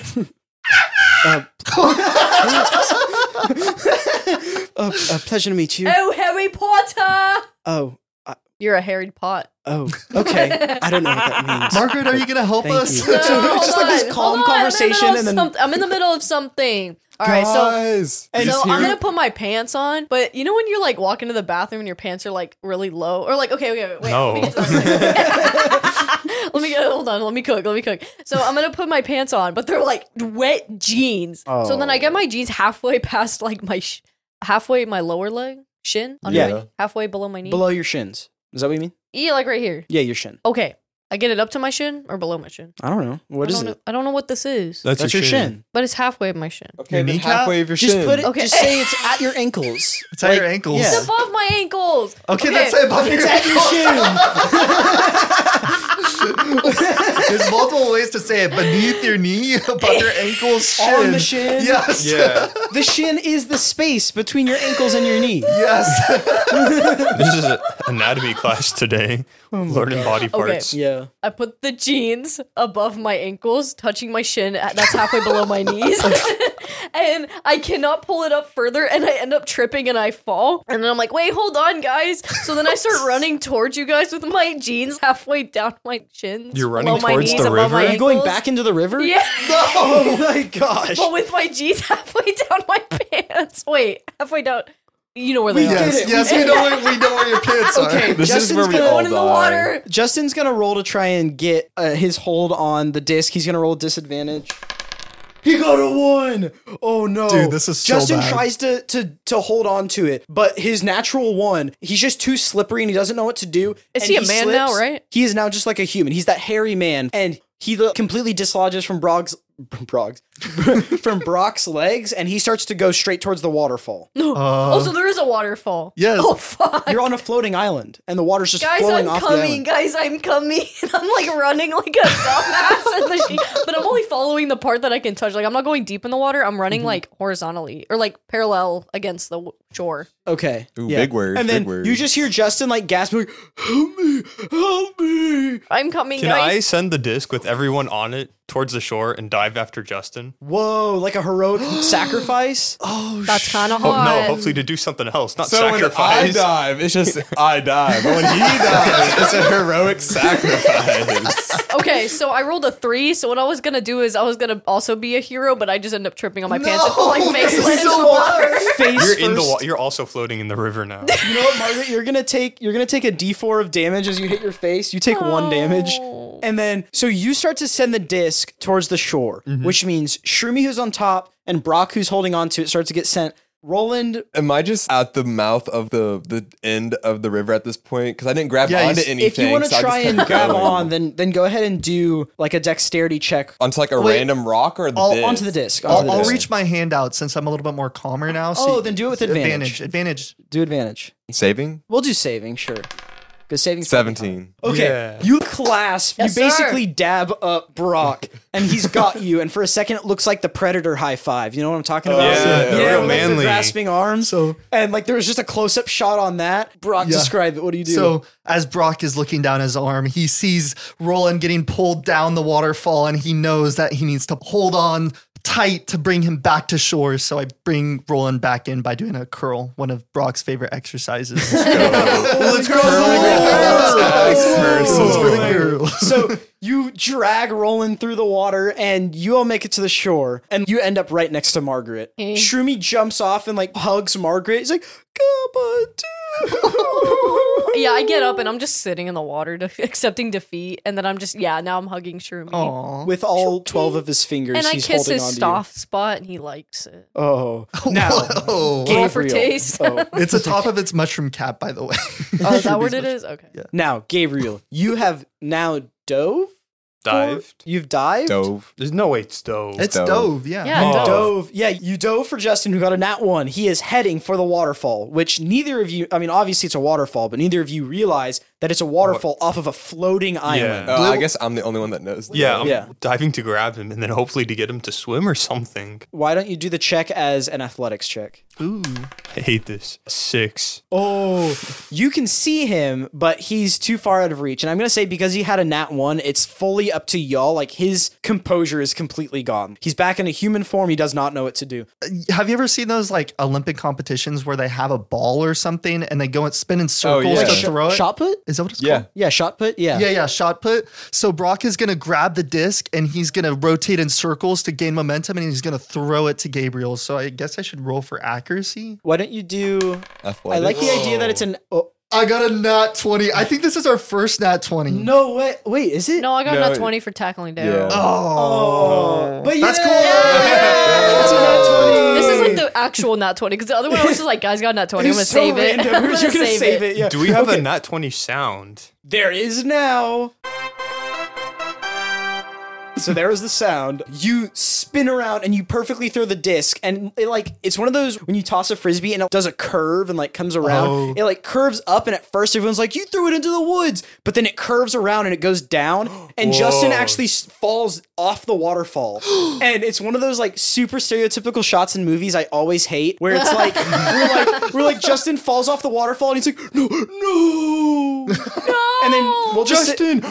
Speaker 3: uh, uh, uh, pleasure to meet you.
Speaker 5: oh, Harry Potter!
Speaker 3: Oh,
Speaker 5: You're a Harry Pot.
Speaker 3: oh, okay. I don't know what that means.
Speaker 1: Margaret, are you gonna help
Speaker 3: Thank
Speaker 1: us?
Speaker 3: you.
Speaker 5: No,
Speaker 3: It's just like this
Speaker 5: hold
Speaker 3: calm
Speaker 5: on, hold on, I'm in the middle
Speaker 3: conversation
Speaker 5: of
Speaker 3: and then-
Speaker 5: somet- I'm in the middle of something. All right, so
Speaker 4: Guys,
Speaker 3: And
Speaker 5: so
Speaker 4: just
Speaker 5: I'm
Speaker 4: hear-
Speaker 5: gonna put my pants on, but you know when you're like walking to the bathroom and your pants are like really low, or like okay, okay, wait, wait
Speaker 6: No.
Speaker 5: let me get to that. let me go. Hold on, let me cook, let me cook. So I'm gonna put my pants on, but they're like wet jeans. So
Speaker 3: Oh.
Speaker 5: then I get my jeans halfway past like my sh- halfway my lower leg shin, under
Speaker 3: Yeah.
Speaker 5: my- halfway below my knee,
Speaker 3: Below your shins. Is that what you mean?
Speaker 5: yeah, like right here.
Speaker 3: Yeah, your shin.
Speaker 5: Okay, I get it up to my shin or below my shin.
Speaker 3: I don't know. What
Speaker 5: I
Speaker 3: is
Speaker 5: don't
Speaker 3: it?
Speaker 5: Know, I don't know what this is,
Speaker 6: That's,
Speaker 3: That's your shin.
Speaker 5: but it's halfway of my shin.
Speaker 4: okay,
Speaker 1: Your
Speaker 4: but
Speaker 1: kneecap?
Speaker 4: halfway of your
Speaker 3: Just
Speaker 4: shin.
Speaker 3: put it.
Speaker 5: Okay.
Speaker 3: Just say it's at your ankles.
Speaker 1: It's at your ankles.
Speaker 5: It's
Speaker 3: Yeah.
Speaker 5: above my ankles.
Speaker 1: Okay, that's it. Above your
Speaker 3: It's
Speaker 1: There's multiple ways to say it. Beneath your knee, above your ankles, shin.
Speaker 3: On the shin.
Speaker 1: Yes.
Speaker 4: Yeah,
Speaker 3: the shin is the space between your ankles and your knee.
Speaker 1: Yes.
Speaker 6: This is an anatomy class today. Learning body parts.
Speaker 3: Yeah.
Speaker 5: I put the jeans above my ankles, touching my shin. That's halfway below my knees. and I cannot pull it up further, and I end up tripping and I fall. And then I'm like, wait, hold on, guys. So then I start running towards you guys with my jeans halfway down my shins.
Speaker 6: You're running
Speaker 5: below my
Speaker 6: towards
Speaker 5: knees,
Speaker 6: the
Speaker 5: above my
Speaker 6: river?
Speaker 3: Are you going
Speaker 5: ankles.
Speaker 3: back into the river?
Speaker 5: Yeah,
Speaker 3: Oh my gosh.
Speaker 5: but with my jeans halfway down my pants. Wait, halfway down. You know where they
Speaker 3: We
Speaker 5: are.
Speaker 3: did it.
Speaker 1: yes. Yes. We know where we know where your pants are.
Speaker 3: Okay,
Speaker 4: This is
Speaker 3: Justin's
Speaker 4: where we
Speaker 3: gonna,
Speaker 4: all-
Speaker 5: Going in the
Speaker 4: die.
Speaker 5: water.
Speaker 3: Justin's gonna roll to try and get uh, his hold on the disc. He's gonna roll disadvantage. He got a one. Oh no,
Speaker 1: Dude, this is so
Speaker 3: Justin
Speaker 1: bad.
Speaker 3: tries to to to hold on to it, but his natural one. He's just too slippery and he doesn't know what to do.
Speaker 5: Is
Speaker 3: and
Speaker 5: he a man now, right?
Speaker 3: He is now just like a human. He's that hairy man, and he lo- completely dislodges from Brock's Brock's from Brock's legs, and he starts to go straight towards the waterfall.
Speaker 5: oh, so there is a waterfall.
Speaker 1: Yes.
Speaker 5: Oh fuck.
Speaker 3: You're on a floating island, and the water's just
Speaker 5: Guys,
Speaker 3: flowing
Speaker 5: I'm
Speaker 3: off the
Speaker 5: coming.
Speaker 3: island.
Speaker 5: Guys, I'm coming. And I'm like running like a dumbass in the sheet. But I'm only following the part that I can touch. Like, I'm not going deep in the water. I'm running like horizontally or like parallel against the w- shore.
Speaker 3: Okay.
Speaker 4: Ooh, big word,
Speaker 3: And
Speaker 4: big
Speaker 3: then
Speaker 4: word.
Speaker 3: you just hear Justin like gasping, like, "Help me! Help me!"
Speaker 5: I'm coming,
Speaker 6: Can I
Speaker 5: guys.
Speaker 6: send the disc with everyone on it towards the shore and dive after Justin?
Speaker 3: Whoa! Like a heroic sacrifice.
Speaker 5: That's kind of
Speaker 6: Oh,
Speaker 5: hard.
Speaker 6: no, hopefully to do something else, not
Speaker 4: so
Speaker 6: sacrifice.
Speaker 4: when I dive, it's just I dive. But when he dives, it's a heroic sacrifice.
Speaker 5: Okay, so I rolled a three. So what I was gonna do is I was gonna also be a hero, but I just end up tripping on my pants and falling face
Speaker 1: this is
Speaker 5: first in
Speaker 1: so
Speaker 5: the water.
Speaker 3: Face
Speaker 6: You're in the
Speaker 3: first.
Speaker 6: wa- you're also floating in the river now.
Speaker 3: You know what, Margaret? You're gonna take you're gonna take a D4 of damage as you hit your face. You take one damage,
Speaker 5: Oh.
Speaker 3: and then so you start to send the disc towards the shore,
Speaker 4: Mm-hmm.
Speaker 3: which means Shroomy, who's on top, and Brock, who's holding on to it, starts to get sent. Roland,
Speaker 4: Am I just at the mouth of the the end of the river at this point? Because I didn't grab
Speaker 1: Yeah, you
Speaker 4: onto
Speaker 1: s- if
Speaker 4: anything.
Speaker 3: if you want to
Speaker 4: so I just
Speaker 3: try and
Speaker 4: kept
Speaker 3: grab
Speaker 4: going.
Speaker 3: on, then then go ahead and do like a dexterity check
Speaker 4: onto like a
Speaker 1: Wait.
Speaker 4: random rock or the
Speaker 3: All-
Speaker 4: disc?
Speaker 3: onto the disc. onto
Speaker 1: I'll,
Speaker 3: the
Speaker 1: I'll
Speaker 3: disc.
Speaker 1: reach my hand out since I'm a little bit more calmer now.
Speaker 3: Oh, then do it with
Speaker 1: Advantage.
Speaker 3: advantage.
Speaker 1: advantage.
Speaker 3: Do advantage.
Speaker 4: saving.
Speaker 3: We'll do saving, sure. Because saving
Speaker 4: 17.
Speaker 3: Okay,
Speaker 6: Yeah.
Speaker 3: you clasp,
Speaker 5: Yes,
Speaker 3: you
Speaker 5: sir.
Speaker 3: basically dab up Brock, and he's got you. And for a second, it looks like the Predator high five. You know what I'm talking about?
Speaker 6: Oh, yeah,
Speaker 3: yeah,
Speaker 6: real
Speaker 3: with
Speaker 6: manly.
Speaker 3: The grasping arms.
Speaker 1: So-
Speaker 3: and like there was just a close up shot on that. Brock,
Speaker 1: Yeah.
Speaker 3: describe it. What do you do?
Speaker 1: So as Brock is looking down his arm, he sees Roland getting pulled down the waterfall, and he knows that he needs to hold on tight to bring him back to shore. So I bring Roland back in by doing a curl, one of Brock's favorite exercises.
Speaker 3: let's go.
Speaker 1: Curls for the
Speaker 4: Oh.
Speaker 1: girl.
Speaker 3: so you drag Roland through the water and you all make it to the shore and you end up right next to Margaret.
Speaker 5: Hey.
Speaker 3: Shroomy jumps off and like hugs Margaret. He's like, Gabba
Speaker 5: Yeah, I get up and I'm just sitting in the water, de- accepting defeat, and then I'm just yeah. Now I'm hugging Shroomy,
Speaker 3: With all 12 of his fingers,
Speaker 5: and I
Speaker 3: he's
Speaker 5: kiss
Speaker 3: holding
Speaker 5: his
Speaker 3: on to
Speaker 5: soft spot, and he likes it.
Speaker 3: you. Oh. Now,
Speaker 1: Oh,
Speaker 5: Roll for
Speaker 3: Gabriel.
Speaker 5: taste.
Speaker 3: Oh.
Speaker 1: it's the top of its mushroom cap, by the way.
Speaker 5: Oh, is that what it is? Okay.
Speaker 3: Now, Gabriel, you have now dove?
Speaker 6: Dived.
Speaker 3: You've dived?
Speaker 4: Dove.
Speaker 6: There's no way it's dove.
Speaker 1: It's
Speaker 4: Dove.
Speaker 1: dove, yeah.
Speaker 5: Yeah.
Speaker 6: Oh.
Speaker 5: dope.
Speaker 3: Dove. Yeah, you dove for Justin, who got a nat one. He is heading for the waterfall, which neither of you, I mean, obviously it's a waterfall, but neither of you realize that it's a waterfall off of a floating island.
Speaker 4: Uh, I
Speaker 1: Blue-
Speaker 4: guess I'm the only one that knows.
Speaker 6: yeah, I'm
Speaker 3: Yeah.
Speaker 6: diving to grab him and then hopefully to get him to swim or something.
Speaker 3: Why don't you do the check as an athletics check?
Speaker 1: Ooh.
Speaker 6: I hate this. Six.
Speaker 3: Oh, you can see him, but he's too far out of reach. And I'm going to say because he had a nat one, it's fully up to y'all. Like his composure is completely gone. He's back in a human form. He does not know what to do.
Speaker 1: Have you ever seen those like Olympic competitions where they have a ball or something and they go and spin in circles
Speaker 4: yeah.
Speaker 1: to
Speaker 4: Sh-
Speaker 1: throw it?
Speaker 3: Shot put?
Speaker 1: Is that what it's
Speaker 4: Yeah.
Speaker 1: called?
Speaker 3: Yeah, shot put. Yeah.
Speaker 1: Yeah, yeah, shot put. So Brock is going to grab the disc and he's going to rotate in circles to gain momentum and he's going to throw it to Gabriel. So I guess I should roll for accuracy.
Speaker 3: Why don't you do? I
Speaker 4: Athletics.
Speaker 3: like the idea that it's an. Oh,
Speaker 1: I got a nat 20. I think this is our first nat 20.
Speaker 3: no way! Wait, is it?
Speaker 5: No, I got
Speaker 4: No,
Speaker 5: a
Speaker 4: it-
Speaker 5: nat twenty for tackling
Speaker 4: Yeah.
Speaker 5: Daryl.
Speaker 1: Oh.
Speaker 3: But
Speaker 1: That's
Speaker 3: yeah!
Speaker 1: cool.
Speaker 3: That's a nat 20.
Speaker 5: This is like the actual nat twenty because the other one I was just like, guys, I got a nat twenty. I'm gonna
Speaker 3: It's so
Speaker 5: save it.
Speaker 3: random.
Speaker 5: I'm gonna
Speaker 3: You're gonna
Speaker 5: save, it.
Speaker 3: Yeah.
Speaker 6: Do we have a nat 20 sound?
Speaker 3: There is now. So there is the sound. You spin around and you perfectly throw the disc, and it like it's one of those when you toss a frisbee and it does a curve and like comes around.
Speaker 1: Oh.
Speaker 3: It like curves up, and at first everyone's like, "You threw it into the woods," but then it curves around and it goes down, and Justin actually s- falls off the waterfall. and it's one of those like super stereotypical shots in movies I always hate, where it's like we're like we're like Justin falls off the waterfall, and he's like, "No, no." and then we'll just Justin,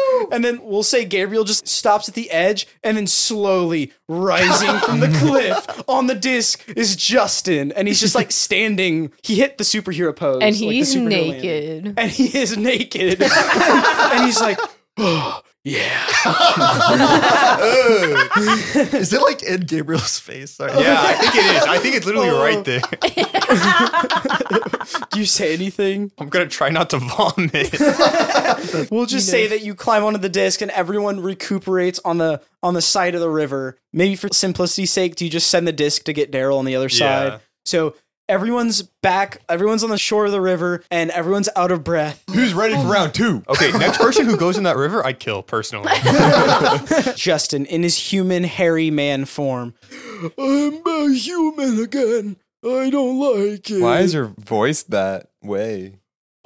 Speaker 3: and then we'll say Gabriel just stops at the edge, and then slowly rising from the cliff on the disc is Justin, and he's just like standing. He hit the superhero pose,
Speaker 5: And
Speaker 3: like, the
Speaker 5: he's
Speaker 3: superhero landing.
Speaker 5: naked.
Speaker 3: and he is naked, and he's like, oh, yeah.
Speaker 1: Is it like in Gabriel's face? Sorry.
Speaker 6: Yeah, I think it is. I think it's literally right there.
Speaker 3: Do you say anything?
Speaker 6: I'm gonna try not to vomit.
Speaker 3: We'll just say that you climb onto the disc, and everyone recuperates on the on the side of the river. Maybe for simplicity's sake, do you just send the disc to get Daryl on the other
Speaker 6: Yeah.
Speaker 3: side? So everyone's back, everyone's on the shore of the river, and everyone's out of breath.
Speaker 4: Who's ready
Speaker 3: Oh.
Speaker 4: for round two?
Speaker 6: Okay, next person who goes in that river, I kill personally.
Speaker 3: Justin, in his human hairy man form, I'm a human again. I don't like it.
Speaker 4: Why is your voice that way?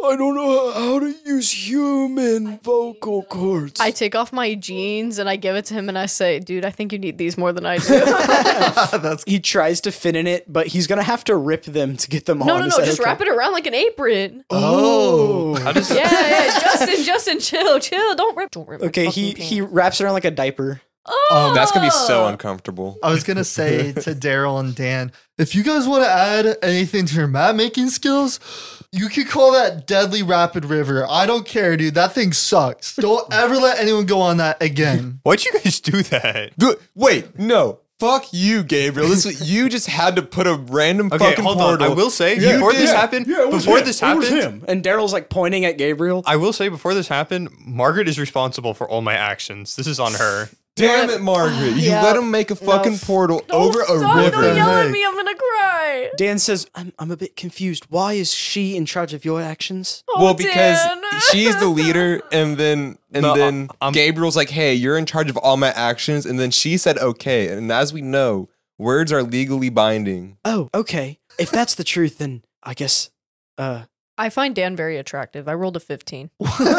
Speaker 3: I don't know how to use human vocal cords.
Speaker 5: I take off my jeans and I give it to him and I say, dude, I think you need these more than I do. no,
Speaker 1: That's
Speaker 3: he tries to fit in it, but he's gonna have to rip them to get them on.
Speaker 5: no, no,
Speaker 3: Is that
Speaker 5: just
Speaker 3: okay?
Speaker 5: wrap it around like an apron.
Speaker 1: Oh.
Speaker 6: How does
Speaker 5: Yeah, yeah, Justin, Justin, chill, chill. Don't rip. Don't rip. my
Speaker 3: Okay, he
Speaker 5: fucking
Speaker 3: he
Speaker 5: pants.
Speaker 3: wraps it around like a diaper. Ah.
Speaker 5: Oh!
Speaker 4: That's gonna be so uncomfortable.
Speaker 1: I was going to say to Daryl and Dan, if you guys want to add anything to your map making skills, you could call that Deadly Rapid River. I don't care, dude. That thing sucks. Don't ever let anyone go on that again.
Speaker 6: Why'd you guys do that?
Speaker 4: Th- Wait, no. Fuck you, Gabriel. This was, you just had to put a random
Speaker 6: Okay,
Speaker 4: fucking
Speaker 6: hold on.
Speaker 4: portal.
Speaker 6: I will say
Speaker 4: You
Speaker 6: before
Speaker 4: did.
Speaker 6: this happened, before this happened,
Speaker 3: And Daryl's like pointing at Gabriel.
Speaker 6: I will say before this happened, Margaret is responsible for all my actions. This is on her.
Speaker 4: Damn it, Margaret. You
Speaker 5: Yeah.
Speaker 4: let him make a fucking portal over
Speaker 5: Don't
Speaker 4: a river.
Speaker 5: Don't yell at
Speaker 1: Hey.
Speaker 5: me. I'm gonna cry.
Speaker 3: Dan says, I'm, I'm a bit confused. Why is she in charge of your actions?
Speaker 5: Oh,
Speaker 4: well, because
Speaker 5: Dan.
Speaker 4: she's the leader, and then and
Speaker 6: No,
Speaker 4: then
Speaker 6: I- I'm-
Speaker 4: Gabriel's like, "Hey, you're in charge of all my actions," and then she said, "Okay." And as we know, words are legally binding.
Speaker 3: Oh, okay. If that's the truth, then I guess uh
Speaker 5: I find Dan very attractive. I rolled a 15.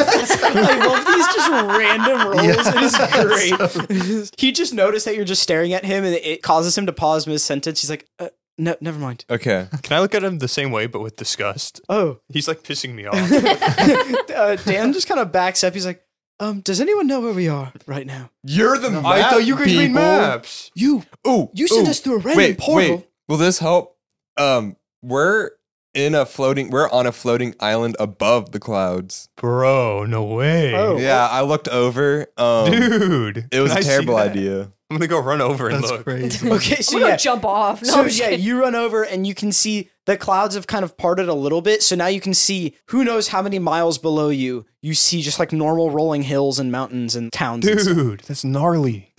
Speaker 3: I love these just random rolls. it is great. he just noticed that you're just staring at him, and it causes him to pause mid sentence. He's like, uh, "No, never mind."
Speaker 4: Okay.
Speaker 6: Can I look at him the same way but with disgust?
Speaker 3: Oh,
Speaker 6: He's like pissing me off.
Speaker 3: uh, Dan just kind of backs up. He's like, "Um, does anyone know where we are right now?"
Speaker 4: You're the
Speaker 6: I thought you could read maps.
Speaker 3: You,
Speaker 4: Ooh,
Speaker 3: you sent
Speaker 4: ooh.
Speaker 3: us through a random
Speaker 4: wait,
Speaker 3: portal.
Speaker 4: wait. Will this help? Um, we're in a floating. We're on a floating island above the clouds.
Speaker 6: Bro, no way.
Speaker 3: Oh.
Speaker 4: Yeah, I looked over. Um,
Speaker 6: Dude.
Speaker 4: it was
Speaker 6: can I
Speaker 4: a
Speaker 6: see
Speaker 4: terrible
Speaker 6: that?
Speaker 4: idea.
Speaker 6: I'm going to go run over and
Speaker 1: That's
Speaker 6: look.
Speaker 1: crazy.
Speaker 3: Okay, so
Speaker 5: I'm gonna
Speaker 3: yeah,
Speaker 5: jump off. No,
Speaker 3: so
Speaker 5: I'm just
Speaker 3: yeah,
Speaker 5: kidding.
Speaker 3: you run over and you can see the clouds have kind of parted a little bit. So now you can see who knows how many miles below you. You see just like normal rolling hills and mountains and towns. and stuff.
Speaker 6: Dude, that's gnarly.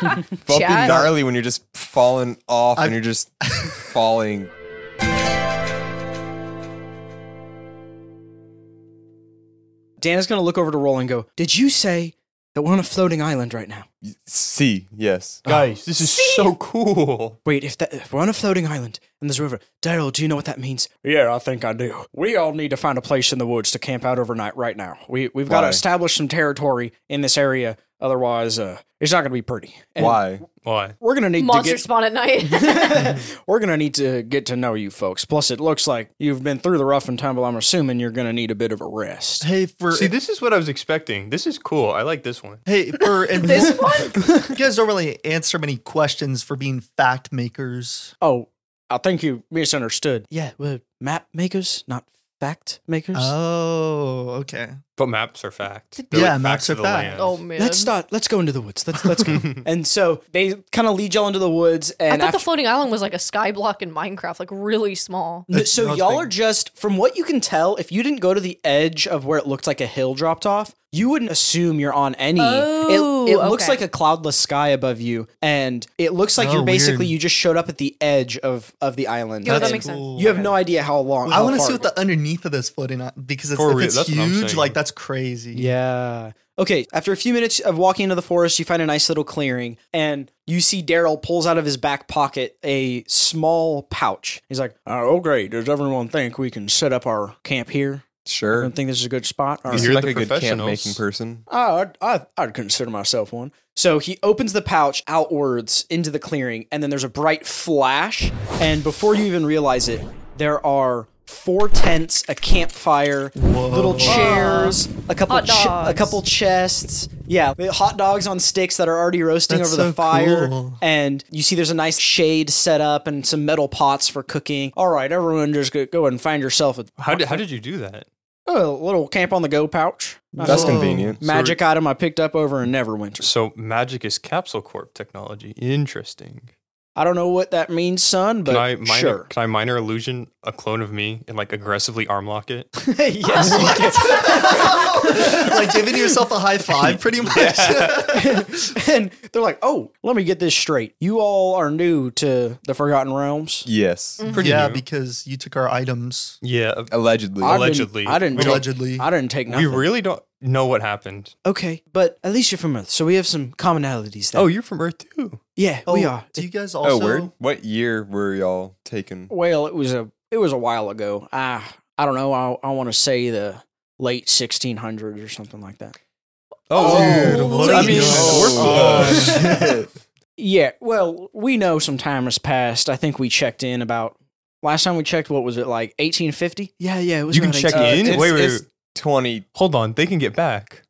Speaker 4: Bumpy
Speaker 5: Chad?
Speaker 4: gnarly when you're just falling off
Speaker 1: I-
Speaker 4: and you're just falling.
Speaker 3: Dan is going to look over to Roll and go, Did you say that we're on a floating island right now?
Speaker 4: See, yes.
Speaker 6: Guys, this is so cool.
Speaker 3: Wait, if, that, if we're on a floating island and there's a river, Daryl, do you know what that means? Yeah, I think I do. We all need to find a place in the woods to camp out overnight right now. We, we've got to
Speaker 4: Why?
Speaker 3: establish some territory in this area. Otherwise, uh, it's not going to be pretty. And
Speaker 4: Why?
Speaker 6: Why?
Speaker 3: We're going to need to
Speaker 5: Monster
Speaker 3: get
Speaker 5: spawn at night.
Speaker 3: we're gonna need to get to know you folks. Plus, it looks like you've been through the rough and tumble. I'm assuming you're gonna need a bit of a rest.
Speaker 1: Hey, for
Speaker 6: See, this is what I was expecting. This is cool. I like this one.
Speaker 1: Hey, for this one, you guys don't really answer many questions for being fact makers.
Speaker 3: Oh, I think you misunderstood. Yeah, we're map makers, not fact makers.
Speaker 1: Oh, okay.
Speaker 6: But maps are fact.
Speaker 1: Yeah,
Speaker 6: like
Speaker 1: maps
Speaker 6: facts
Speaker 1: are
Speaker 6: of the
Speaker 1: fact.
Speaker 6: land.
Speaker 5: oh man.
Speaker 3: let's start. Let's go into the woods. Let's let's go. and so they kind of lead y'all into the woods,
Speaker 5: I
Speaker 3: and
Speaker 5: thought the
Speaker 3: after,
Speaker 5: floating island was like a sky block in Minecraft, like really small.
Speaker 3: N- so
Speaker 1: no, it's
Speaker 3: y'all
Speaker 1: big.
Speaker 3: are just from what you can tell. If you didn't go to the edge of where it looked like a hill dropped off, you wouldn't assume you're on any. It-
Speaker 5: Oh,
Speaker 3: it, looks
Speaker 5: okay.
Speaker 3: like a cloudless sky above you, and it looks like
Speaker 1: Oh,
Speaker 3: you're basically
Speaker 1: weird.
Speaker 3: you just showed up at the edge of of the island.
Speaker 5: Yeah, that
Speaker 3: And
Speaker 5: makes sense.
Speaker 3: You have no idea how long.
Speaker 1: I
Speaker 3: how
Speaker 1: want to
Speaker 3: far
Speaker 1: see
Speaker 3: it
Speaker 1: what the underneath of this floating on because it's,
Speaker 6: For
Speaker 1: if
Speaker 6: real,
Speaker 1: it's
Speaker 6: that's what I'm
Speaker 1: huge,
Speaker 6: saying.
Speaker 1: like that's crazy.
Speaker 3: Yeah. Okay, after a few minutes of walking into the forest, you find a nice little clearing and you see Daryl pulls out of his back pocket a small pouch. He's like, oh, oh, great. Does everyone think we can set up our camp here?
Speaker 4: Sure.
Speaker 3: Everyone think this is a good spot? All
Speaker 4: You
Speaker 3: right.
Speaker 4: seem
Speaker 6: You're
Speaker 4: like
Speaker 6: the
Speaker 4: a good camp making
Speaker 6: professionals.
Speaker 4: person.
Speaker 3: I'd, I'd, I'd consider myself one. So he opens the pouch outwards into the clearing, and then there's a bright flash. And before you even realize it, there are four tents, a campfire, little chairs, a couple,
Speaker 5: Hot
Speaker 3: ch- a
Speaker 5: dogs.
Speaker 3: couple chests. Yeah, hot dogs on sticks that are already roasting
Speaker 1: That's
Speaker 3: over the
Speaker 1: so
Speaker 3: fire.
Speaker 1: cool.
Speaker 3: And you see there's a nice shade set up and some metal pots for cooking. All right, everyone, just go, go and find yourself a,
Speaker 6: How did, how did you do that?
Speaker 3: a little camp on the go pouch.
Speaker 4: That's convenient.
Speaker 3: Magic item I picked up over in Neverwinter.
Speaker 6: So magic is capsule corp technology. Interesting.
Speaker 3: I don't know what that means, son, but
Speaker 6: Can I minor
Speaker 3: sure.
Speaker 6: can I minor illusion a clone of me and like aggressively arm lock it?
Speaker 3: yes.
Speaker 1: like giving yourself a high five, pretty much.
Speaker 3: and they're like, oh, let me get this straight. You all are new to the Forgotten Realms.
Speaker 4: Yes.
Speaker 3: Mm-hmm.
Speaker 6: Pretty
Speaker 1: yeah,
Speaker 6: new.
Speaker 1: because you took our items
Speaker 6: yeah. uh,
Speaker 4: Allegedly.
Speaker 3: I didn't-
Speaker 6: Allegedly.
Speaker 3: I didn't.
Speaker 6: We
Speaker 3: take-
Speaker 6: don't-
Speaker 1: allegedly.
Speaker 3: I didn't take
Speaker 6: We
Speaker 3: nothing.
Speaker 6: really don't know what happened.
Speaker 3: okay, but at least you're from Earth, so we have some commonalities there.
Speaker 6: Oh, you're from Earth too.
Speaker 3: yeah,
Speaker 1: Oh,
Speaker 3: we are.
Speaker 1: Do you guys
Speaker 4: Oh,
Speaker 1: also?
Speaker 4: word. What year were y'all taken?
Speaker 3: Well, it was a it was a while ago. I I don't know. I I want to say the late 1600s or something like that.
Speaker 6: Oh,
Speaker 3: Oh.
Speaker 1: Dude, what
Speaker 6: I
Speaker 1: are
Speaker 6: mean,
Speaker 1: you doing?
Speaker 6: we're
Speaker 4: Oh, shit.
Speaker 3: Yeah, well, we know some time has passed. I think we checked in about last time we checked. What was it like 1850? Yeah, yeah, it was.
Speaker 6: You can
Speaker 3: about
Speaker 6: check
Speaker 3: 1850.
Speaker 6: in.
Speaker 4: it's-
Speaker 6: wait, wait,
Speaker 4: it's-
Speaker 6: wait.
Speaker 4: 20
Speaker 6: Hold on. They can get back.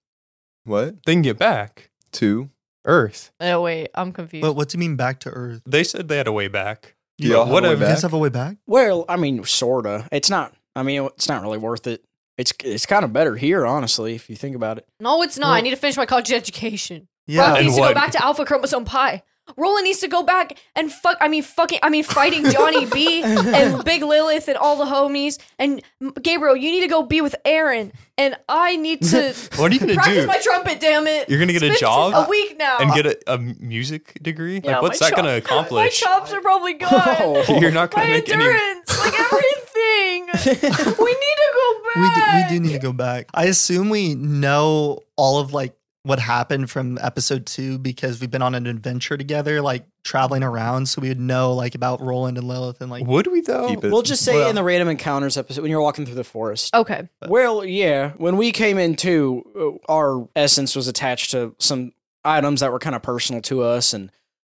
Speaker 4: what?
Speaker 6: They can get back.
Speaker 4: 2.
Speaker 6: Earth.
Speaker 5: Oh wait, I'm confused.
Speaker 1: But what do you mean back to Earth?
Speaker 6: They said they had a way back.
Speaker 4: Do y'all
Speaker 6: But
Speaker 4: have a way
Speaker 1: You
Speaker 6: whatever.
Speaker 1: guys
Speaker 4: back?
Speaker 1: have a way back?
Speaker 3: Well, I mean, sorta. It's not. I mean, it's not really worth it. It's it's kind of better here, honestly, if you think about it.
Speaker 5: no, it's not. I
Speaker 1: Well-
Speaker 5: need to finish my college education.
Speaker 1: Yeah.
Speaker 5: Brock
Speaker 6: And
Speaker 5: needs to
Speaker 6: what?
Speaker 5: go back to alpha chromosome pi. Roland needs to go back and fuck. I mean, fucking. I mean, fighting Johnny B and Big Lilith and all the homies. And M- Gabriel, you need to go be with Aaron. And I need to
Speaker 6: What are you gonna
Speaker 5: practice
Speaker 6: do?
Speaker 5: my trumpet. Damn it!
Speaker 6: You're gonna get a
Speaker 5: It's been
Speaker 6: job
Speaker 5: a week now.
Speaker 6: and get a, a music degree?
Speaker 5: Yeah,
Speaker 6: like, what's
Speaker 5: my
Speaker 6: that gonna
Speaker 5: chop- My
Speaker 6: accomplish? Oh,
Speaker 5: chops are probably gone.
Speaker 6: You're not
Speaker 5: my
Speaker 6: gonna make any.
Speaker 5: endurance, like everything. we need to go
Speaker 1: We do,
Speaker 5: back.
Speaker 1: we do need to go back. I assume we know all of like what happened from episode two because we've been on an adventure together, like traveling around. So we would know like about Roland and Lilith and like
Speaker 6: Would we though?
Speaker 4: Keep it.
Speaker 3: We'll just say
Speaker 1: Well-
Speaker 3: in the random encounters episode when you're walking through the forest.
Speaker 5: Okay.
Speaker 3: Well, yeah. When we came in too, uh, our essence was attached to some items that were kind of personal to us, and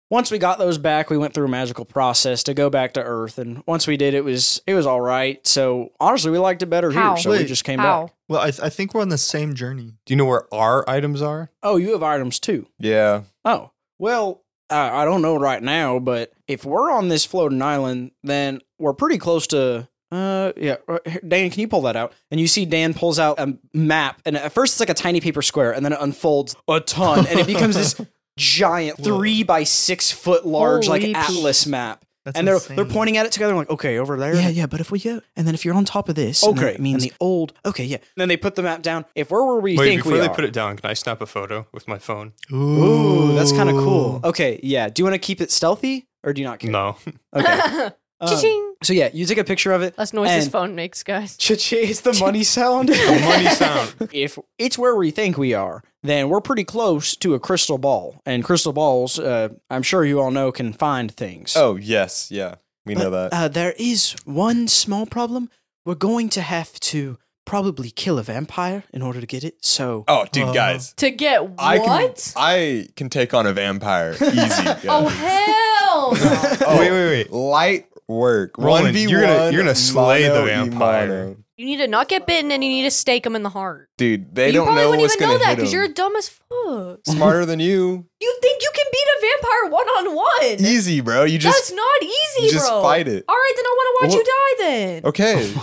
Speaker 3: once we got those back, we went through a magical process to go back to Earth, and once we did, it was it was all right. So honestly, we liked it better
Speaker 5: How?
Speaker 3: here, so we
Speaker 1: Wait,
Speaker 3: just came
Speaker 5: How?
Speaker 3: back.
Speaker 1: Well, I, th- I think we're on the same journey.
Speaker 6: Do you know where our items are?
Speaker 3: Oh, you have items too.
Speaker 4: yeah.
Speaker 3: Oh, well, I, I don't know right now, but if we're on this floating island, then we're pretty close to. Uh, yeah. uh, here- Dan, can you pull that out? And you see Dan pulls out a map, and at first it's like a tiny paper square, and then it unfolds a ton, and it becomes this giant three by six foot large
Speaker 5: Holy
Speaker 3: like atlas map.
Speaker 1: That's
Speaker 3: and they're
Speaker 1: insane.
Speaker 3: they're pointing at it together, like, okay, over there.
Speaker 7: Yeah, yeah, but if we go, and then if you're on top of this, and then
Speaker 3: Okay.
Speaker 7: it means the old. Okay, yeah.
Speaker 3: Then they put the map down. If we're where we
Speaker 6: Wait,
Speaker 3: think
Speaker 6: before
Speaker 3: we
Speaker 6: they
Speaker 3: are,
Speaker 6: put it down, can I snap a photo with my phone?
Speaker 3: Ooh, that's kind of cool. Okay, yeah. Do you want to keep it stealthy, or do you not care?
Speaker 6: No.
Speaker 3: Okay. Um,
Speaker 5: Cha-ching.
Speaker 3: so yeah, you take a picture of it.
Speaker 5: That's noise this
Speaker 3: And-
Speaker 5: phone makes, guys.
Speaker 3: Cha-ching, it's the money sound.
Speaker 6: Money sound.
Speaker 3: if it's where we think we are, then we're pretty close to a crystal ball. And crystal balls, uh, I'm sure you all know, can find things.
Speaker 4: Oh yes, yeah. We know
Speaker 7: But,
Speaker 4: that.
Speaker 7: Uh, there is one small problem. We're going to have to probably kill a vampire in order to get it. So,
Speaker 4: oh, dude, guys,
Speaker 5: To get
Speaker 4: I
Speaker 5: uh, what?
Speaker 4: can I can take on a vampire easy. guys.
Speaker 5: oh hell! no.
Speaker 4: Oh,
Speaker 6: Wait, wait, wait.
Speaker 4: Light work.
Speaker 6: Roland,
Speaker 4: One v
Speaker 6: you're gonna-
Speaker 4: one.
Speaker 6: you're gonna slay the vampire.
Speaker 5: you need to not get bitten, and you need to stake them in the heart.
Speaker 4: Dude, they
Speaker 5: you
Speaker 4: don't
Speaker 5: probably
Speaker 4: know
Speaker 5: wouldn't
Speaker 4: what's
Speaker 5: even
Speaker 4: gonna
Speaker 5: know that
Speaker 4: hit
Speaker 5: because you're
Speaker 4: them.
Speaker 5: dumb as fuck.
Speaker 4: Smarter than you.
Speaker 5: You think you can beat a vampire one on one?
Speaker 4: Easy, bro. You just
Speaker 5: That's not easy,
Speaker 4: just
Speaker 5: bro.
Speaker 4: fight it.
Speaker 5: All right, then I want to watch you die then.
Speaker 4: okay.